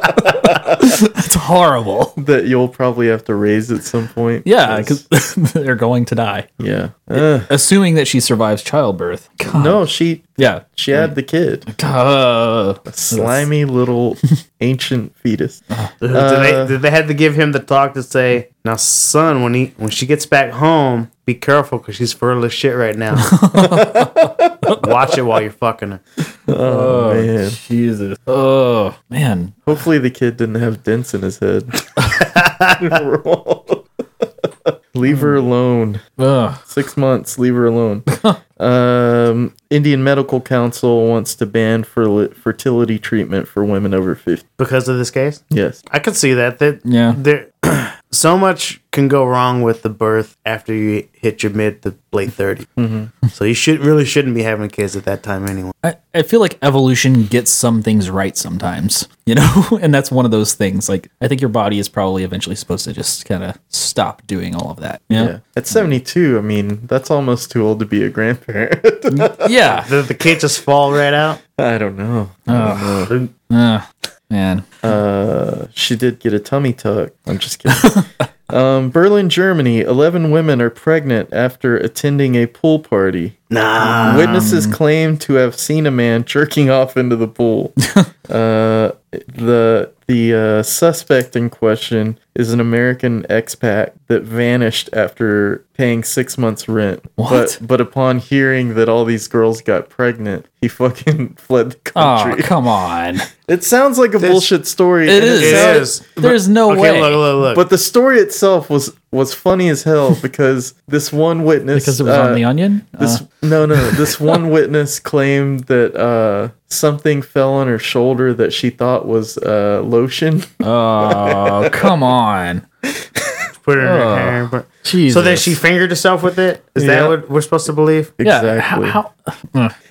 that's horrible
that you'll probably have to raise at some point.
yeah because they're going to die
Yeah. Ugh.
assuming that she survives childbirth God.
no, she
yeah
she had the kid.
Uh,
Slimy little ancient fetus.
Did they, did they had to give him the talk to say, "Now, son, when he when she gets back home, be careful because she's fertile as shit right now. Watch it while you're fucking her."
Oh, man.
Jesus. Oh man.
Hopefully the kid didn't have dents in his head. leave her alone.
Ugh.
Six months, leave her alone. um, Indian Medical Council wants to ban ferli- fertility treatment for women over 50.
Because of this case,
Yes.
I could see that that
Yeah.
there so much can go wrong with the birth after you hit your mid to late 30
Mm-hmm.
So you should really shouldn't be having kids at that time anyway.
I, I feel like evolution gets some things right sometimes, you know, and that's one of those things. Like I think your body is probably eventually supposed to just kind of stop doing all of that.
Yeah.
Yeah.
At 72, I mean, that's almost too old to be a grandparent.
Yeah.
Did the kid just fall right out?
I don't know.
Ugh. man.
She did get a tummy tuck. I'm just kidding. um, Berlin, Germany. 11 women are pregnant after attending a pool party.
Nah.
Witnesses
Um.
claim to have seen a man jerking off into the pool. uh, the the uh, suspect in question is an American expat that vanished after paying six months rent.
What?
But, but upon hearing that all these girls got pregnant, he fucking fled the
Oh,
country.
come on.
it sounds like a bullshit story.
It
and
is.
It
sounded-
is.
There's no
Okay,
way.
look, look, look.
But the story itself was was funny as hell because this one witness
because it was
uh,
on the onion.
This
Uh,
no no. This one witness claimed that uh, something fell on her shoulder that she thought was uh, lotion.
oh, come on.
put it in her
Ugh.
hair. But
Jesus.
so that she fingered herself with it. Is
uh, Yeah.
that what we're supposed to believe?
Yeah.
Exactly.
How, how-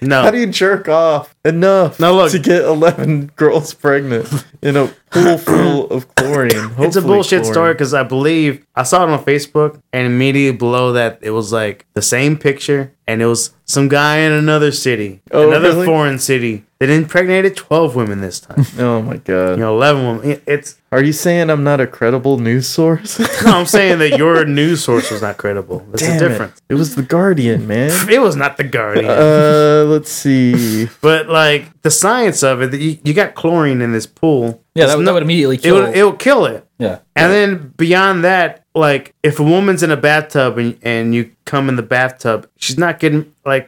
No.
How do you jerk off enough
Now look.
to get eleven girls pregnant in a pool full of chlorine?
it's a
Hopefully
bullshit
chlorine.
story because I believe I saw it on Facebook and immediately below that it was like the same picture and it was some guy in another city,
Oh,
another
really?
foreign city that impregnated 12 women this time.
Oh my god!
you know, 11 women. It- It's
Are you saying I'm not a credible news source?
no, I'm saying that your news source was not credible. That's
Damn
the
it.
difference.
It was the Guardian, man.
It. was not the Guardian,
Uh, let's see.
but like the science of it, that you, you got chlorine in this pool.
yeah,
It's
that, would-
no-
that would immediately
it
kill.
would, it'll kill it.
yeah.
And then beyond that, like if a woman's in a bathtub and, and you come in the bathtub, she's not getting like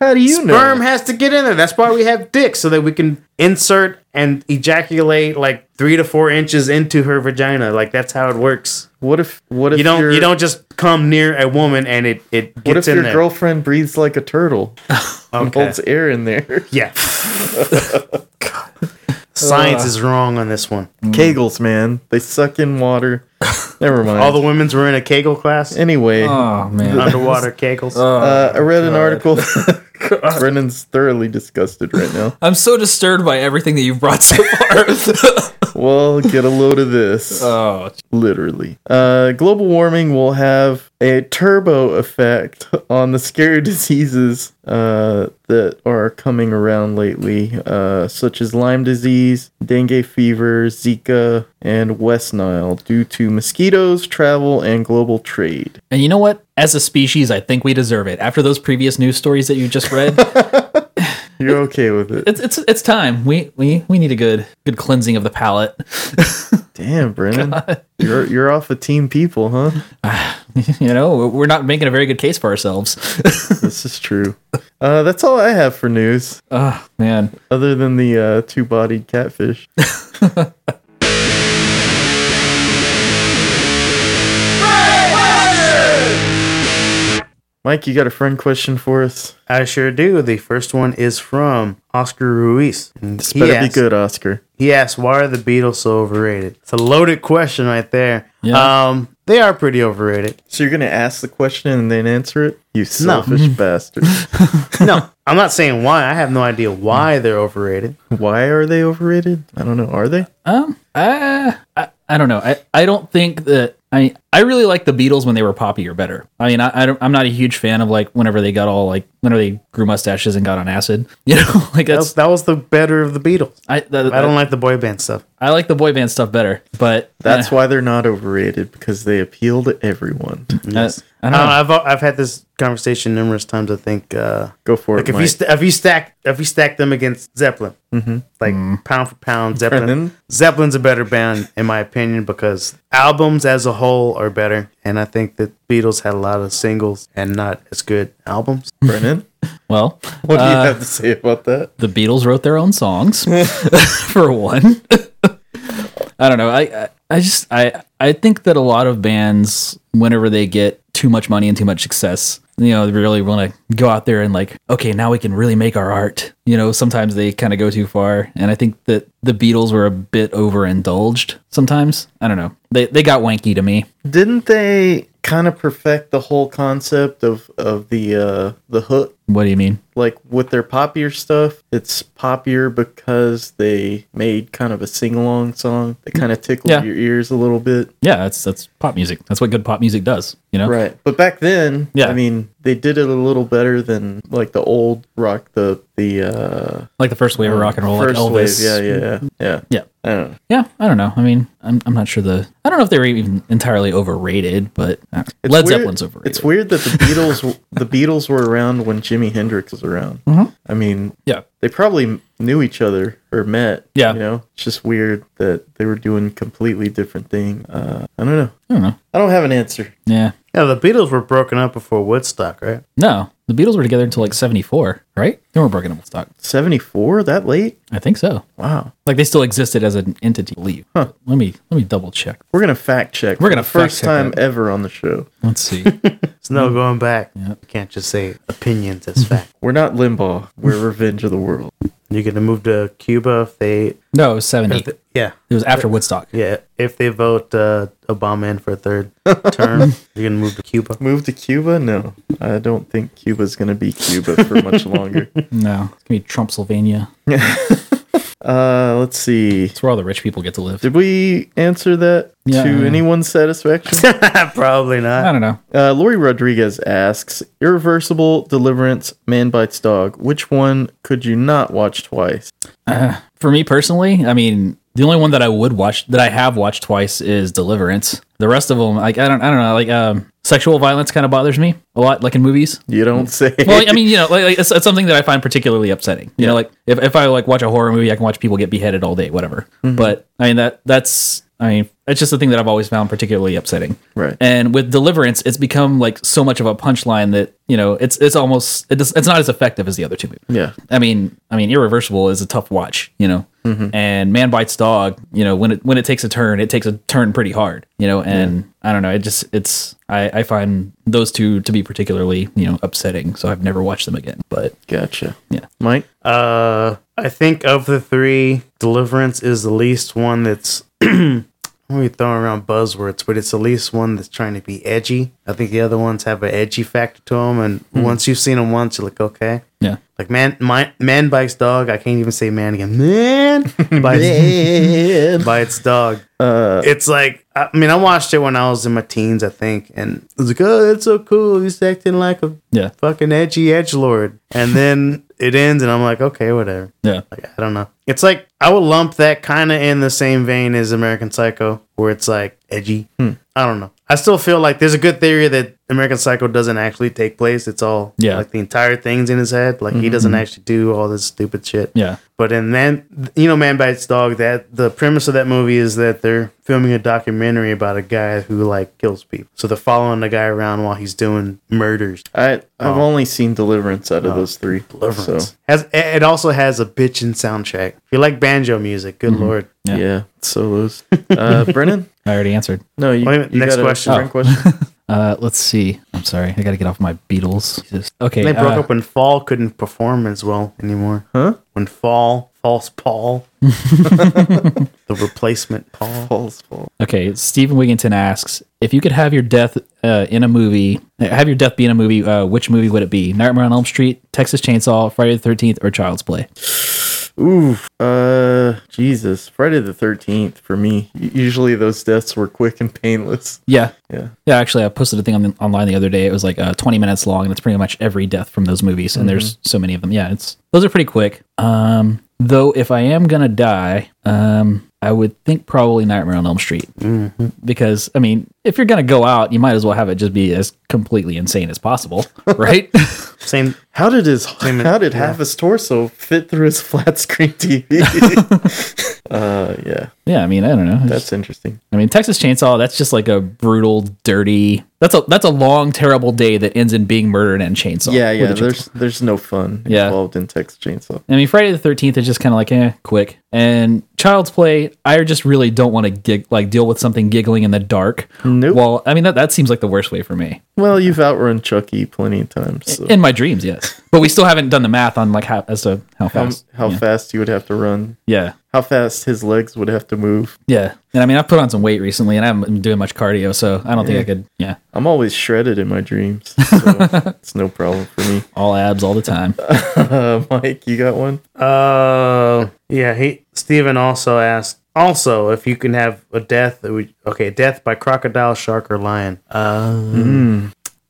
How do you
sperm
know?
has to get in there. That's why we have dicks so that we can insert and ejaculate like three to four inches into her vagina. Like that's how it works.
What if? What if
You don't
your-
you don't just come near a woman and it it gets
What if
in
your
there.
girlfriend breathes like a turtle and
Okay.
holds air in there?
yeah. Science is wrong on this one.
Kegels, man. They suck in water. Never mind.
All the women's were in a Kegel class,
anyway, uh,
Oh man.
underwater Kegels.
I read an article. Brennan's thoroughly disgusted right now.
I'm so disturbed by everything that you've brought so far.
Well, get a load of this.
oh,
Literally. Uh, global warming will have a turbo effect on the scary diseases uh, that are coming around lately, uh, such as Lyme disease, dengue fever, Zika, and West Nile, due to mosquitoes, travel, and global trade.
And you know what? As a species, I think we deserve it. After those previous news stories that you just read,
You're okay with it.
it's it's it's time. We we we need a good good cleansing of the palate.
Damn, Brennan. You're, you're off of Team People, huh?
you know, we're not making a very good case for ourselves.
This is true. Uh, that's all I have for news,
oh man.
other than the uh, two bodied catfish. Mike, you got a friend question for us?
I sure do. The first one is from Oscar Ruiz. And
This
he
better
asked-
be good, Oscar.
He asked, "Why are the Beatles so overrated?" It's a loaded question right there.
Yeah.
Um, they are pretty overrated.
So you're going to ask the question and then answer it? You selfish bastard.
No, I'm not saying why. I have no idea why
Mm.
they're overrated.
Why are they overrated? I don't know. Are they?
Um I I, I don't know. I, I don't think that I I really like the Beatles when they were poppy or better. I mean, I, I don't, I'm not a huge fan of like whenever they got all like whenever they grew mustaches and got on acid. You know, like
That
that's
was, that was the better of the Beatles.
I that,
I don't like the boy band stuff.
I like the boy band stuff better, but eh,
That's why they're not overrated because they appeal to everyone.
why I,
Uh,
don't know.
I've I've had this conversation numerous times. I think uh,
Go for
like
it,
if you
Mike.
st- if you stack if you stack them against Zeppelin, like pound for pound, Zeppelin
Brennan?
Zeppelin's a better band in my opinion because albums as a whole are better, and I think that Beatles had a lot of singles and not as good albums.
Brennan,
well,
what do you have to say about that?
the Beatles wrote their own songs for one. I don't know. I, I I just I I think that a lot of bands whenever they get too much money and too much success, you know, they really want to go out there and like, okay, now we can really make our art. You know, sometimes they kind of go too far, and I think that the Beatles were a bit overindulged sometimes. I don't know. They they got wanky to me.
Didn't they kind of perfect the whole concept of of the uh, the hook?
What do you mean?
Like with their poppier stuff, it's poppier because they made kind of a sing along song that kind of tickled
Mm-hmm. Yeah.
your ears a little bit,
Yeah, that's that's pop music. That's what good pop music does. You know.
right? But back then,
Yeah.
I mean, they did it a little better than like the old rock, the the uh,
Like the first wave of rock and roll, like
first
Elvis. Mm-hmm.
wave, yeah, yeah, yeah, yeah.
Yeah.
I don't know.
Yeah, I don't know. I mean, I'm, I'm not sure the. I don't know if they were even entirely overrated, but uh,
It's
Led
weird-
Zeppelin's overrated.
It's weird that the Beatles the Beatles were around when Jimi Hendrix was around.
Mm-hmm.
I mean,
Yeah,
they probably knew each other or met.
Yeah.
You know, it's just weird that they were doing completely different thing. Uh, I don't know.
I don't know.
I don't have an answer.
Yeah,
Yeah, the Beatles were broken up before Woodstock, right?
no, the Beatles were together until like '74, right? They were broken up with stock.
74? That late?
I think so.
Wow.
Like they still existed as an entity. I Believe. Let me let me double check.
We're going to fact check.
We're
for
gonna
the first
fact check
time
that.
ever on the show.
Let's see.
There's no going back. You can't just say opinions as fact.
We're not Limbaugh. We're Revenge of the World.
You're gonna move to Cuba if they,
no, it was '70.
if
It
they yeah.
was after Woodstock.
Yeah, if they vote uh, Obama in for a third term, you're gonna move to Cuba.
Move to Cuba? No. I don't think Cuba's going to be Cuba for much longer.
No, it's gonna be Trumpsylvania.
Uh, let's see.
It's where all the rich people get to live.
Did we answer that
Yeah.
to anyone's satisfaction?
Probably not.
I don't know.
Uh, Lori Rodriguez asks, "Irreversible, Deliverance, Man Bites Dog. Which one could you not watch twice?"
For me personally, I mean, the only one that I would watch that I have watched twice is Deliverance. The rest of them, like I don't, I don't know. Like um, sexual violence kind of bothers me a lot, like in movies.
You don't say.
Well, I mean, you know, like, like it's, it's something that I find particularly upsetting. You know, like if, if I like watch a horror movie, I can watch people get beheaded all day, whatever.
Mm-hmm.
But I mean that that's I mean that's just the thing that I've always found particularly upsetting.
Right.
And with Deliverance, it's become like so much of a punchline that you know it's it's almost it does, it's not as effective as the other two movies.
yeah,
I mean, I mean, Irreversible is a tough watch, you know.
Mm-hmm.
And Man Bites Dog, you know, when it when it takes a turn, it takes a turn pretty hard, you know. And I don't know, it just it's I I find those two to be particularly you know upsetting, so I've never watched them again. But
gotcha.
Yeah.
Mike.
Uh, I think of the three, Deliverance is the least one that's. We throwing around buzzwords, but it's the least one that's trying to be edgy. I think the other ones have an edgy factor to them, and once you've seen them once, you're like, okay,
yeah,
like man, my, man bites dog. I can't even
Uh.
say man again. Man bites, bites dog. it's like I mean, I watched it when I was in my teens, I think, and it was like, oh, that's so cool. He's acting like a
Yeah.
fucking edgy edge lord, and then it ends, and I'm like, okay, whatever.
Yeah.
Like, I don't know. It's like I would lump that kind of in the same vein as American Psycho, where it's like edgy.
Hmm.
I don't know. I still feel like there's a good theory that American Psycho doesn't actually take place. It's all
Yeah. Mm-hmm,
like the entire thing's in his head. Like he doesn't actually do all this stupid shit.
Yeah.
But in then you know, Man Bites Dog. That the premise of that movie is that they're filming a documentary about a guy who like kills people. So they're following the guy around while he's doing murders.
I I've only seen Deliverance out of those three.
Oh. Deliverance.
So,
Has it also has a bitchin' soundtrack? If you like banjo music, good
Mm-hmm.
lord.
Yeah.
yeah. solos. Uh, Brennan,
I already answered.
no, you,
Wait a minute,
you
next
got a
question.
Brennan
Oh.
question.
Uh, let's see. I'm sorry. I got to get off my Beatles. Jesus. Okay.
They broke
uh,
up when Fall couldn't perform as well anymore.
Huh?
When Fall, False Paul, the replacement Paul.
Paul's fault.
Okay, Stephen Wigginton asks if you could have your death uh, in a movie, have your death be in a movie. Uh, which movie would it be? Nightmare on Elm Street, Texas Chainsaw, Friday the Thirteenth, or Child's Play?
Ooh, uh, Jesus, Friday the Thirteenth for me. U- Usually those deaths were quick and painless.
Yeah,
Yeah.
yeah. Actually, I posted a thing on the, online the other day. It was like uh, twenty minutes long, and it's pretty much every death from those movies. And there's so many of them. Yeah, it's those are pretty quick. Um, though, if I am gonna die, um, I would think probably Nightmare on Elm Street because I mean, if you're gonna go out, you might as well have it just be as completely insane as possible, right?
Same.
How did his how did half his torso fit through his flat screen TV? uh, yeah,
yeah, I mean, I don't know. It's just-
that's interesting.
I mean, Texas Chainsaw, that's just like a brutal, dirty. That's a that's a long, terrible day that ends in being murdered and chainsaw.
Yeah,
with
yeah.
a chainsaw.
There's there's no fun
Yeah.
involved in Texas Chainsaw.
I mean, Friday the Thirteenth is just kind of like eh, quick. And Child's Play, I just really don't want to gig like deal with something giggling in the dark.
Nope.
Well, I mean that that seems like the worst way for me
Well, you've outrun Chucky plenty of times. So.
in my dreams, yes. But we still haven't done the math on like how as to how
How,
fast.
how fast you would have to run?
yeah.
How fast his legs would have to move?
Yeah. And I mean, I've put on some weight recently and I haven't been doing much cardio, so I don't think I could, yeah,
I'm always shredded in my dreams, so it's no problem for me.
all abs all the time.
Uh, Mike, you got one?
Uh, yeah. He Steven also asked. Also, if you can have a death, that we- okay, death by crocodile, shark, or lion. Uh,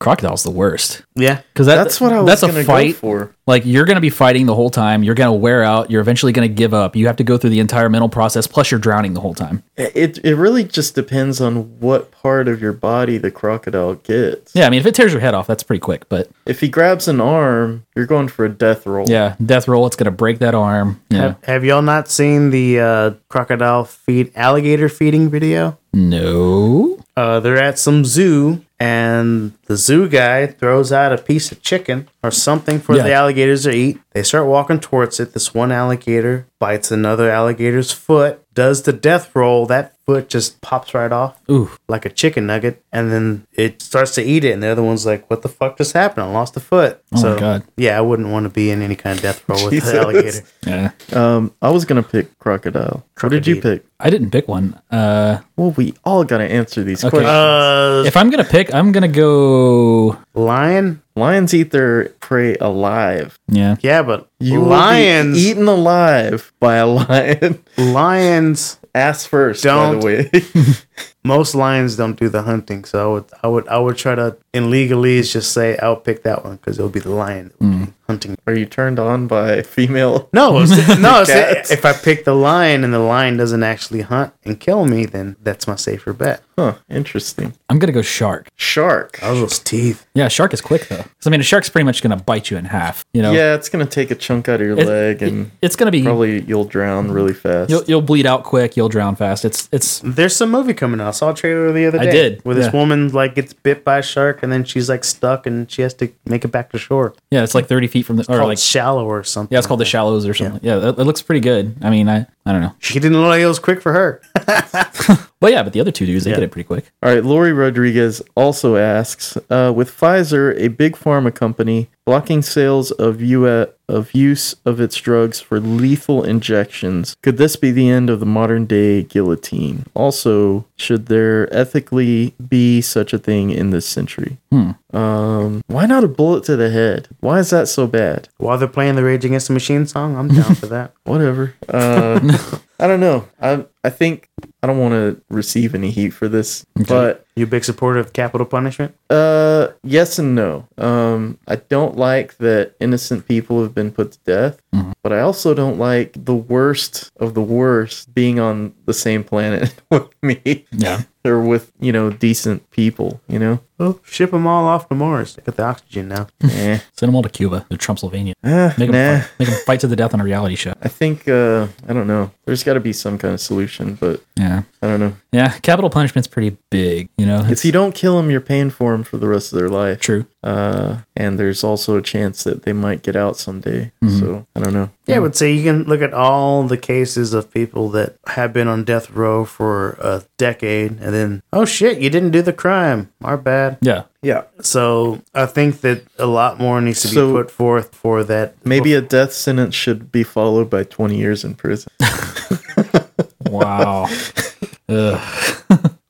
Crocodile's the worst.
Yeah,
Because that,
That's what I was
that's
gonna
a fight
go for.
Like you're going to be fighting the whole time. You're going to wear out. You're eventually going to give up. You have to go through the entire mental process. Plus, you're drowning the whole time.
It it really just depends on what part of your body the crocodile gets.
Yeah, I mean, if it tears your head off, that's pretty quick. But
If he grabs an arm, you're going for a death roll.
yeah, death roll. It's going to break that arm. Yeah.
Have y'all not seen the uh, crocodile feed alligator feeding video?
No.
Uh, they're at some zoo, and the zoo guy throws out a piece of chicken or something for
Yeah.
the alligators to eat. They start walking towards it. This one alligator bites another alligator's foot, does the death roll. That foot just pops right off
Ooh.
like a chicken nugget, and then it starts to eat it. And the other one's like, "What the fuck just happened? I lost a foot."
Oh my God.
Yeah, I wouldn't want to be in any kind of death roll with
Jesus.
the alligator.
Yeah.
Um, I was gonna pick crocodile. What did you
Crocodile.
pick?
I didn't pick one. Uh,
Well, we all gotta answer these
Okay.
questions.
Uh,
if I'm going to pick, I'm going to go.
lion.
Lions eat their prey alive.
Yeah.
Yeah, but
You lions
lions,
eaten alive by a lion.
lions.
Ass first, by
Don't.
the way.
Most lions don't do the hunting, so I would, I would, I would try to in legalese just say I'll pick that one because it'll be the lion that would
Mm.
be hunting.
Are you turned on by female?
No, it's- no. it's-
Cats.
if I pick the lion and the lion doesn't actually hunt and kill me, then that's my safer bet.
Huh. Interesting.
I'm going to go shark.
Shark.
Oh.
Those teeth.
Yeah. Shark is quick, though. 'Cause, I mean, a shark's pretty much going to bite you in half, you know?
Yeah, it's gonna take a chunk out of your
It-
leg,
it-
and
it's going to be.
probably you'll drown really fast.
You'll, you'll bleed out quick. You'll drown fast. It's it's
There's some movie coming out. I saw a trailer the other day.
I did,
Where this
yeah.
woman like gets bit by a shark and then she's like stuck and she has to make it back to shore.
yeah. It's like thirty feet from the or
Called
like
shallow or something.
Yeah, it's called The Shallows or something. Yeah, it, it looks pretty good. I mean, I, I don't know.
She didn't know it was quick for her.
Well, yeah, but the other two dudes, they did it pretty quick.
All right, Lori Rodriguez also asks, uh, with Pfizer, a big pharma company, blocking sales of U- of use of its drugs for lethal injections, could this be the end of the modern day guillotine? Also, should there ethically be such a thing in this century? Um, why not a bullet to the head? Why is that so bad?
While they're playing the Rage Against the Machine song, I'm down for that.
Whatever. Uh, I don't know. I I think I don't want to receive any heat for this, but
You a big supporter of capital punishment?
uh, yes and no. Um, I don't like that innocent people have been put to death,
Mm-hmm.
but I also don't like the worst of the worst being on the same planet with me
Yeah.
or with you know decent people. You know,
Oh, ship them all off to Mars. Look at the oxygen now.
eh.
Send them all to Cuba, to Trumpsylvania.
Eh,
Make them,
nah.
fight. Make them fight to the death on a reality show.
I think uh, I don't know. There's got to be some kind of solution, but
Yeah.
I don't know.
Yeah. Capital punishment's pretty big, you know?
If you don't kill them, you're paying for them for the rest of their life.
True.
Uh, and there's also a chance that they might get out someday.
Mm-hmm.
So I don't know.
Yeah, I would say you can look at all the cases of people that have been on death row for a decade and then, oh shit, you didn't do the crime. Our bad.
Yeah.
Yeah,
So I think that a lot more needs to be
So-
put forth for that.
maybe a death sentence should be followed by 20 years in prison,
Wow. Ugh.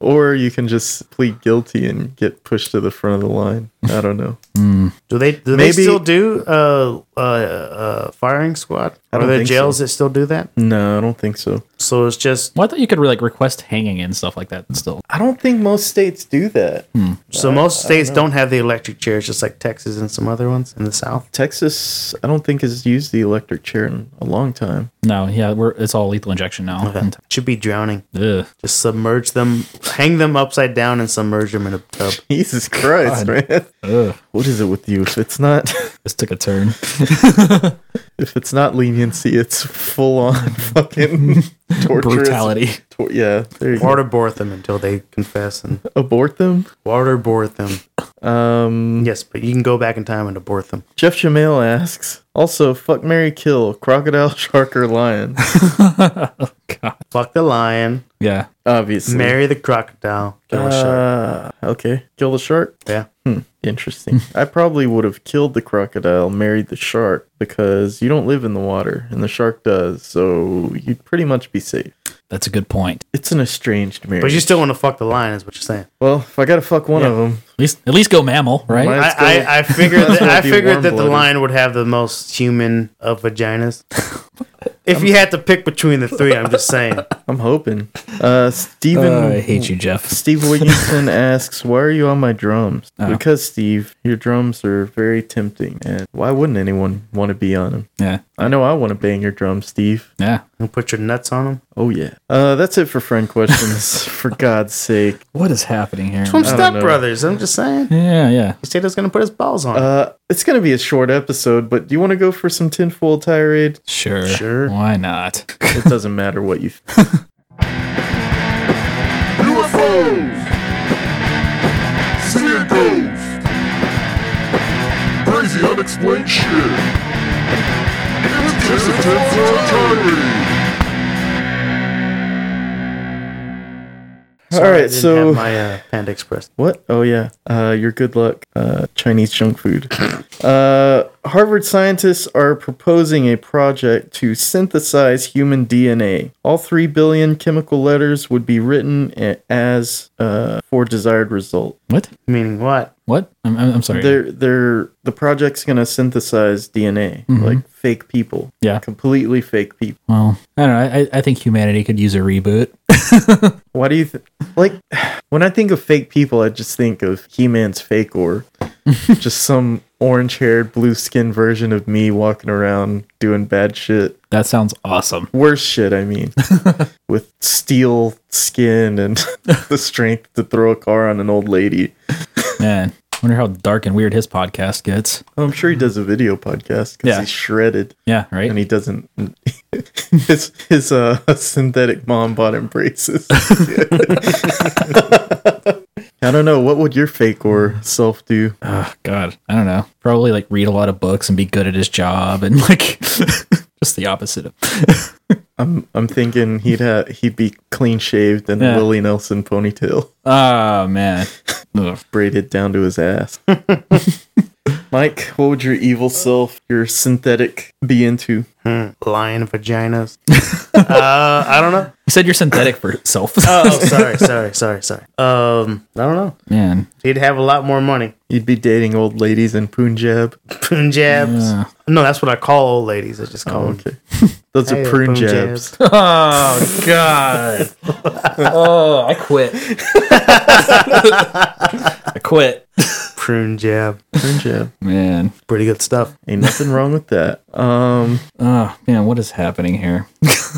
or you can just plead guilty and get pushed to the front of the line. I don't know.
Do they do they
Maybe-
still do uh, uh, uh, firing squad?
I
Are
don't
there
think
jails
so. Hmm.
that still do that?
No, I don't think so.
So it's just
Well, I thought you could like request hanging and stuff like that still.
I don't think most states do that.
so most states don't have the electric chairs, just like Texas and some other ones in the South.
Texas, I don't think has used the electric chair in a long time.
No, yeah, we're it's all lethal injection now. And-
Should be drowning.
Ugh.
Just submerge them, hang them upside down, and submerge them in a tub.
Jesus Christ, man.
Ugh.
What is it with you? If it's not
This took a turn.
if it's not leniency, it's full on fucking torturous-
Brutality.
Tor- yeah, there you go.
Waterboard them until they confess and
abort them.
waterboard them.
Mm-hmm. Um,
Yes, but you can go back in time and abort them.
Jeff Jamail asks. Also, fuck Mary Kill, crocodile, shark, or lion.
Fuck the lion,
Yeah.
Obviously,
marry the crocodile, kill a shark.
Uh, okay, kill the shark.
Yeah.
Interesting. I probably would have killed the crocodile, married the shark, because you don't live in the water, and the shark does, so you'd pretty much be safe.
That's a good point.
It's an estranged marriage.
But you still want to fuck the lion, is what you're saying.
well, if I gotta fuck one of 'em, of them,
At least at least go mammal, right?
Might- Let's
I,
go.
I, I figured that,
Might
I
as well be
figured that the
warm-blooded.
lion would have the most human of vaginas. if you had to pick between the three, I'm just saying.
I'm hoping. Uh, Stephen.
Uh, I hate you, Jeff.
Steve Williamson asks, "Why are you on my drums?"
Oh.
Because Steve, your drums are very tempting, and why wouldn't anyone want to be on them?
Yeah.
I know I want to bang your drums, Steve.
Yeah.
You put your nuts on him.
Oh yeah. Uh, that's it for friend questions. for God's sake.
What is happening here?
From
don't
Step
know.
Brothers, I'm just saying.
Yeah, yeah.
He said he was going to put his balls on. him.
Uh, it's gonna be a short episode, but do you want to go for some tinfoil tirade?
Sure.
Sure.
Why not?
It doesn't matter what you.
UFOs! Seeing ghosts! Crazy unexplained shit! It's just a temporal tirade!
All
I
right,
didn't
so
have my uh, Panda Express.
What? Oh yeah. Uh, your good luck. Uh, Chinese junk food. Uh, Harvard scientists are proposing a project to synthesize human DNA. All three billion chemical letters would be written a- as uh, for desired result.
What?
Meaning what?
What? I'm, I'm, I'm sorry.
They're they're the project's gonna synthesize DNA like fake people.
Mm-hmm. Yeah.
completely fake people.
well, I don't know. I, I think humanity could use a reboot.
Why do you th- like when I think of fake people? I just think of He Man's fake or just some orange haired, blue skinned version of me walking around doing bad shit.
That sounds awesome.
Worse shit, I mean, with steel skin and the strength to throw a car on an old lady.
Man, wonder how dark and weird his podcast gets.
I'm sure he does a video podcast because
Yeah.
he's shredded
Yeah, right?
and he doesn't. his his uh, synthetic mom bought him braces. I don't know. What would your fake or self do?
God, I don't know. Probably like read a lot of books and be good at his job and like just the opposite of
I'm thinking he'd ha- he'd be clean shaved and
Yeah.
Willie Nelson ponytail
Oh Ah, man. Ugh.
braided down to his ass. Mike, what would your evil self, your synthetic, be into?
Hmm. Lion vaginas. uh, I don't know.
You said you're synthetic for self.
Oh, oh, sorry, sorry, sorry, sorry. Um, I don't know.
Man,
He'd have a lot more money.
You'd be dating old ladies in Punjab.
Punjabs.
Yeah.
No, that's what I call old ladies. I just call them.
Okay. Those are
Hey,
Punjabs.
Punjabs.
Oh God! oh, I quit. I quit.
Punjab.
Punjab.
Man.
Pretty good stuff.
Ain't nothing wrong with that. Um,
Oh man, what is happening here?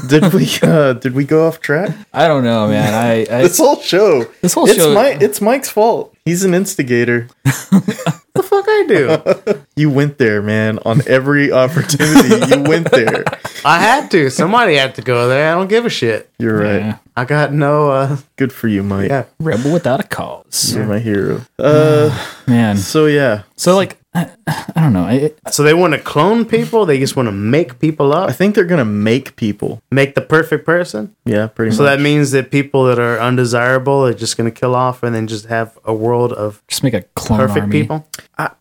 did we uh did we go off track?
I don't know, man. I, I
This whole show.
This whole
it's
show-
My, it's Mike's fault. He's an instigator.
The fuck I do?
You went there, man. On every opportunity, you went there.
I had to. Somebody had to go there. I don't give a shit.
You're right.
Yeah.
I got no. Uh,
Good for you, Mike.
yeah.
rebel without a cause,
You're my hero. Uh,
man.
so yeah,
So like, I, I don't know. I,
So they want to clone people. They just want to make people
I
up,
think they're gonna make people.
make the perfect person.
Yeah, pretty
So
much.
that means that people that are undesirable are just going to kill off, and then just have a world of
just make a clone
perfect
army.
people.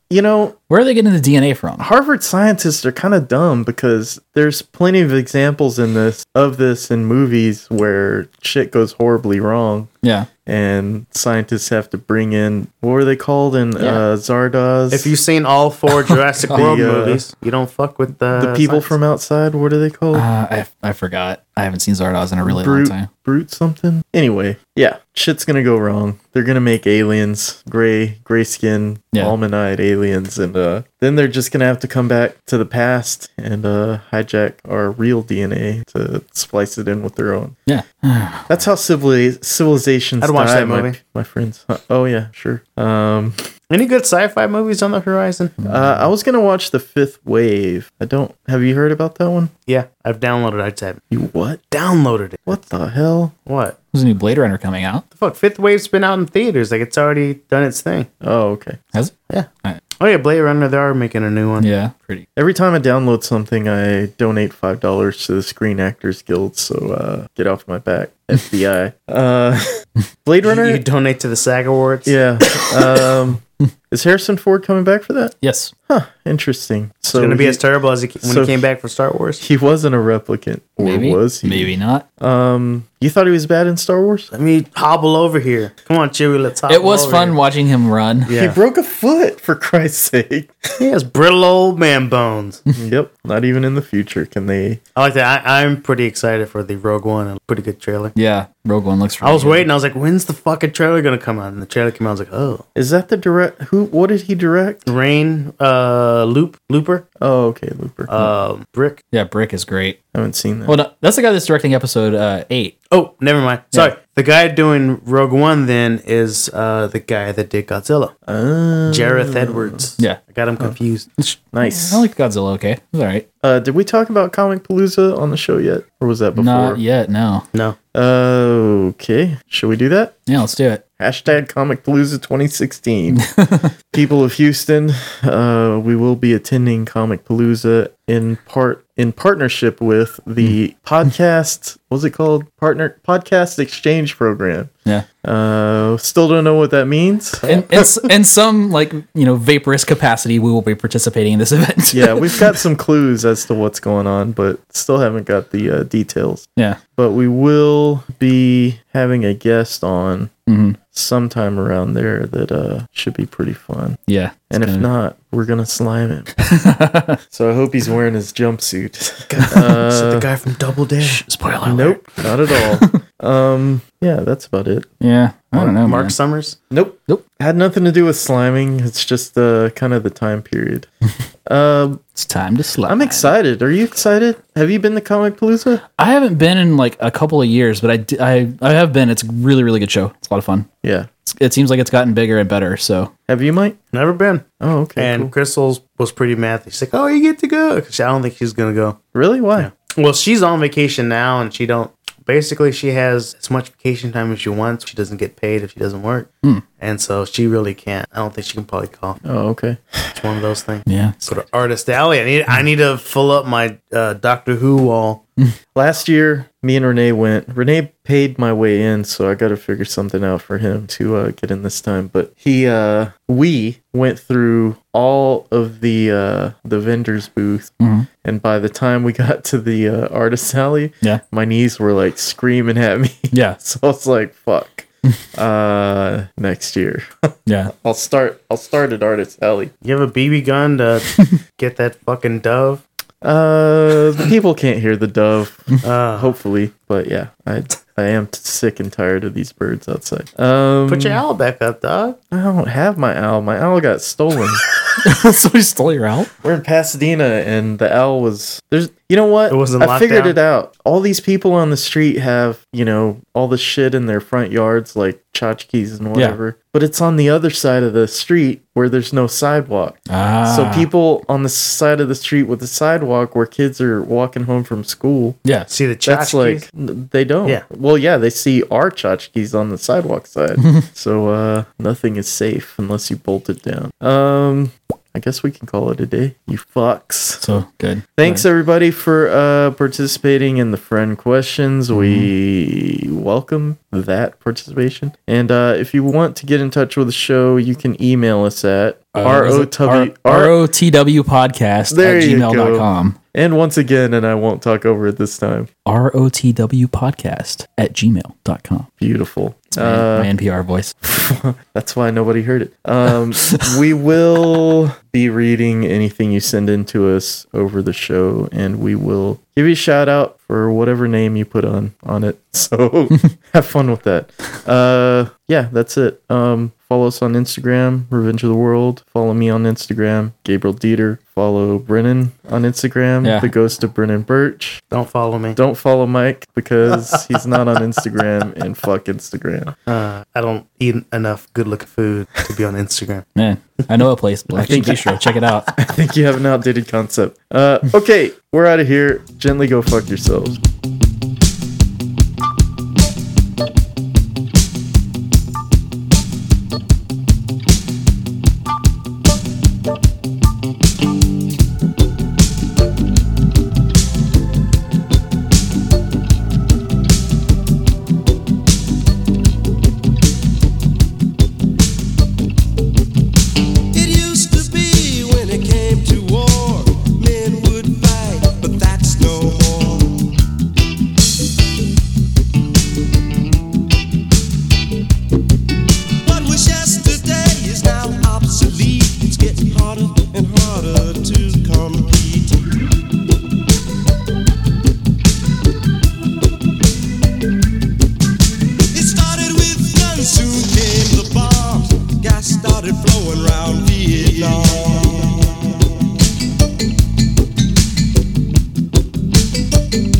you know,
Where are they getting the DNA from?
Harvard scientists are kind of dumb because there's plenty of examples in this of this in movies where shit goes horribly wrong.
Yeah.
And scientists have to bring in what were they called in uh, Zardoz?
If you've seen all four Jurassic World
The, uh,
movies, you don't fuck with the,
the people
science.
from outside, what are they called?
Uh, I I forgot. I haven't seen Zardoz in a really
brute,
long time.
brute something. Anyway, yeah, shit's gonna go wrong. They're gonna make aliens, gray, gray skin,
Yeah.
almond eyed aliens, and uh, then they're just gonna have to come back to the past and uh, hijack our real DNA to splice it in with their own.
Yeah.
That's how civili- civilizations
I'd watch
die,
that
my-
movie.
My, friends. Huh, Oh yeah, sure.
Mm.
Um,
Any good sci-fi movies on the horizon?
uh, I was gonna watch the Fifth Wave. I don't. Have you heard about that one?
Yeah, I've downloaded. it. I type
You what?
downloaded it.
What the hell?
What
There's a new Blade Runner coming out.
the fuck? Fifth Wave's been out in theaters. Like it's already done its thing.
Oh okay.
Has it?
Yeah.
Alright.
Oh yeah, Blade Runner. They are making a new one.
Yeah. Pretty.
Every time I download something, I donate five dollars to the Screen Actors Guild. So uh, get off my back, FBI. Uh, Blade
You,
Runner.
you donate to the SAG Awards.
yeah. Um, is Harrison Ford coming back for that?
Yes.
Huh. Interesting. So
It's gonna be
he,
as terrible as he, when
so-
he came back for Star Wars.
he wasn't a replicant, or
Maybe.
was he?
Maybe not.
Um, you thought he was bad in Star Wars?
Let me hobble over here. Come on, Chewie, let's hobble.
It was
over
fun
Here.
watching him run.
He
Yeah.
broke a foot, for Christ's sake.
He has brittle old man bones.
yep. Not even in the future can they.
I like that. I, I'm pretty excited for the Rogue One. A pretty good trailer.
Yeah. Rogue One looks.
I was
really good.
waiting. I was like, when's the fucking trailer gonna come out? And the trailer came out. I was like, oh,
Is that the direct? Who? What did he direct?
Rain, uh, Loop, Looper,
Oh, okay, Looper.
um, Brick.
Yeah. Brick is great.
I haven't seen that.
Well, no, that's the guy that's directing episode uh, eight.
Oh, never mind. Sorry. The guy doing Rogue One then is uh, the guy that did Godzilla,
Uh,
Jareth Edwards.
Oh. Yeah. Oh.
I got him confused.
nice.
I like Godzilla. Okay, it was all right.
Uh, did we talk about Comic Palooza on the show yet, or was that before?
Not yet. No.
No,
Uh, okay, should we do that?
Yeah, let's do it.
Hashtag Comic Palooza 2016. People of Houston, uh, we will be attending Comic Palooza in part in partnership with the
Hmm.
podcast. What's it called? Partner Podcast Exchange Program.
Yeah.
Uh, still don't know what that means.
In, in, s- in some like you know vaporous capacity, we will be participating in this event.
Yeah, we've got some clues as to what's going on, but still haven't got the uh, details.
yeah.
but we will be having a guest on sometime around there that uh, should be pretty fun.
Yeah.
And if not, we're gonna slime him. so I hope he's wearing his jumpsuit.
Uh,
Is it the guy from Double Dare.
Spoiler. alert.
nope, not at all. um, yeah, that's about it.
Yeah. I don't know.
Mark
Oh, man.
Summers.
Nope,
Nope.
Had nothing to do with sliming. It's just uh, kind of the time period. um,
It's time to slide.
I'm excited. Are you excited? Have you been to Comic Palooza?
I haven't been in like a couple of years, but I, d- I I have been. It's a really really good show. It's a lot of fun.
Yeah.
It's, it seems like it's gotten bigger and better. So
Have you, Mike?
Never been.
Oh, okay.
And
cool.
Crystal was pretty mad. She's like, "Oh, you get to go." 'Cause I don't think she's gonna go.
really? Why?
Well, she's on vacation now, and she don't. Basically, she has as much vacation time as she wants. She doesn't get paid if she doesn't work,
Hmm.
and so she really can't. I don't think she can probably call.
Oh, okay.
It's one of those things.
yeah.
Go to Artist Alley. I need. I need to fill up my uh, Doctor Who uh, wall.
Last year, me and Renee went. Renee paid my way in, so I got to figure something out for him to uh, get in this time. But he, uh, we went through all of the uh, the vendors' booth, and by the time we got to the uh, artist alley,
Yeah.
my knees were like screaming at me.
Yeah.
so I was like, "Fuck." uh, next year,
Yeah.
I'll start. I'll start at artist alley.
You have a BB gun to get that fucking dove?
Uh, the people can't hear the dove.
Uh,
hopefully. But yeah, I I am t- sick and tired of these birds outside. Um,
Put your owl back up, dog.
I don't have my owl. My owl got stolen.
so he stole your owl?
We're in Pasadena, and the owl was there's. You know what?
It was in
I figured
lockdown.
it out. All these people on the street have you know all the shit in their front yards, like tchotchkes and whatever. But it's on the other side of the street where there's no sidewalk.
Ah.
So people on the side of the street with the sidewalk where kids are walking home from school
Yeah.
See the
That's
tchotchkes?
like n- they don't.
Yeah.
Well, yeah, they see our tchotchkes on the sidewalk side, so uh, nothing is safe unless you bolt it down. Um, I guess we can call it a day. You fucks.
So good.
Thanks everybody for uh, participating in the friend questions. We welcome that participation. And uh, if you want to get in touch with the show, you can email us at
Uh,
r o w r o.
ROTW podcast
There
at
you go.
gmail.com.
And once again, and I won't talk over it this time.
ROTW podcast at gmail.com.
Beautiful.
My, my NPR voice.
That's why nobody heard it. Um, we will be reading anything you send in to us over the show, and we will give you a shout out for whatever name you put on on it. So have fun with that. Uh, yeah, that's it. Um, follow us on Instagram, Revenge of the World. Follow me on Instagram, Gabriel Dieter. Follow Brennan on Instagram,
Yeah.
The Ghost of Brennan Birch.
Don't follow me.
Don't follow Mike because he's not on Instagram, and fuck Instagram.
Uh, I don't eat enough good looking food to be on Instagram.
Man, I know a place. Black Sheep
think-
Bistro. Check it out.
I think you have an outdated concept. Uh, okay, we're out of here. Gently go fuck yourselves.
It used to be when it came to war, men would fight, but that's no more. What was yesterday is now obsolete. It's getting harder and harder to compete. It started with guns, soon came the bombs. Gas started flowing round Vietnam.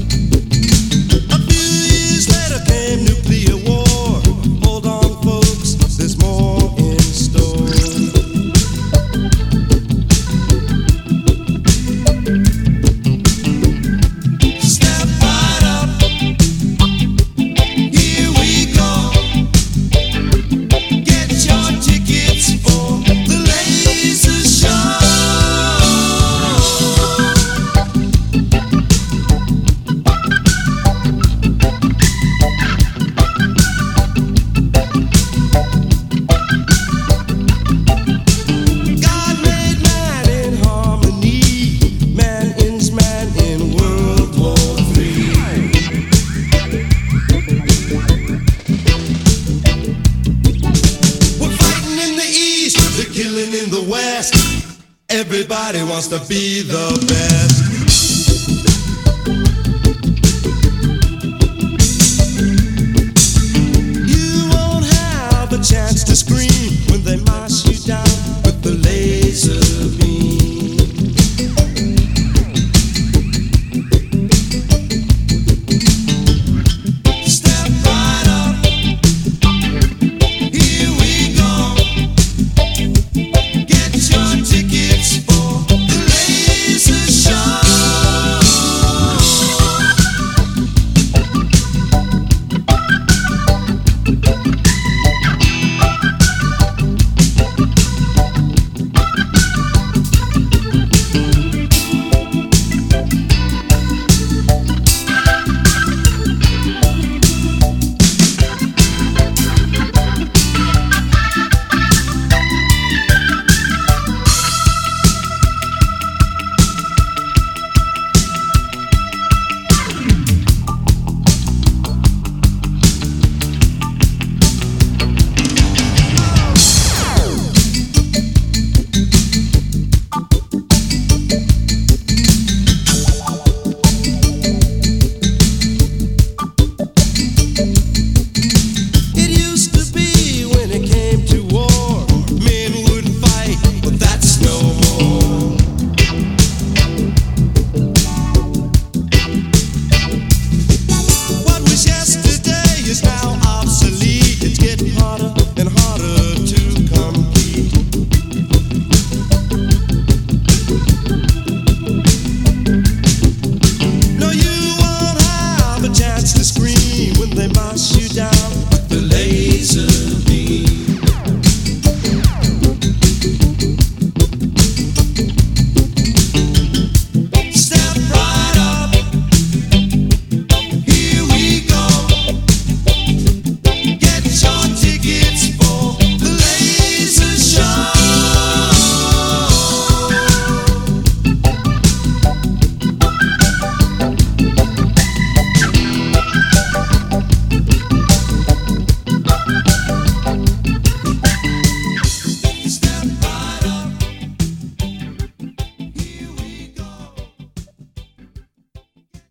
A few years later came nuclear war. Hold on, folks, there's more in store. Step right up. Here we go. Get your tickets for the laser show. God made man in harmony. Man is man in World War Three. We're fighting in the east, they're killing in the west. Everybody wants to be the best. You won't have a chance to scream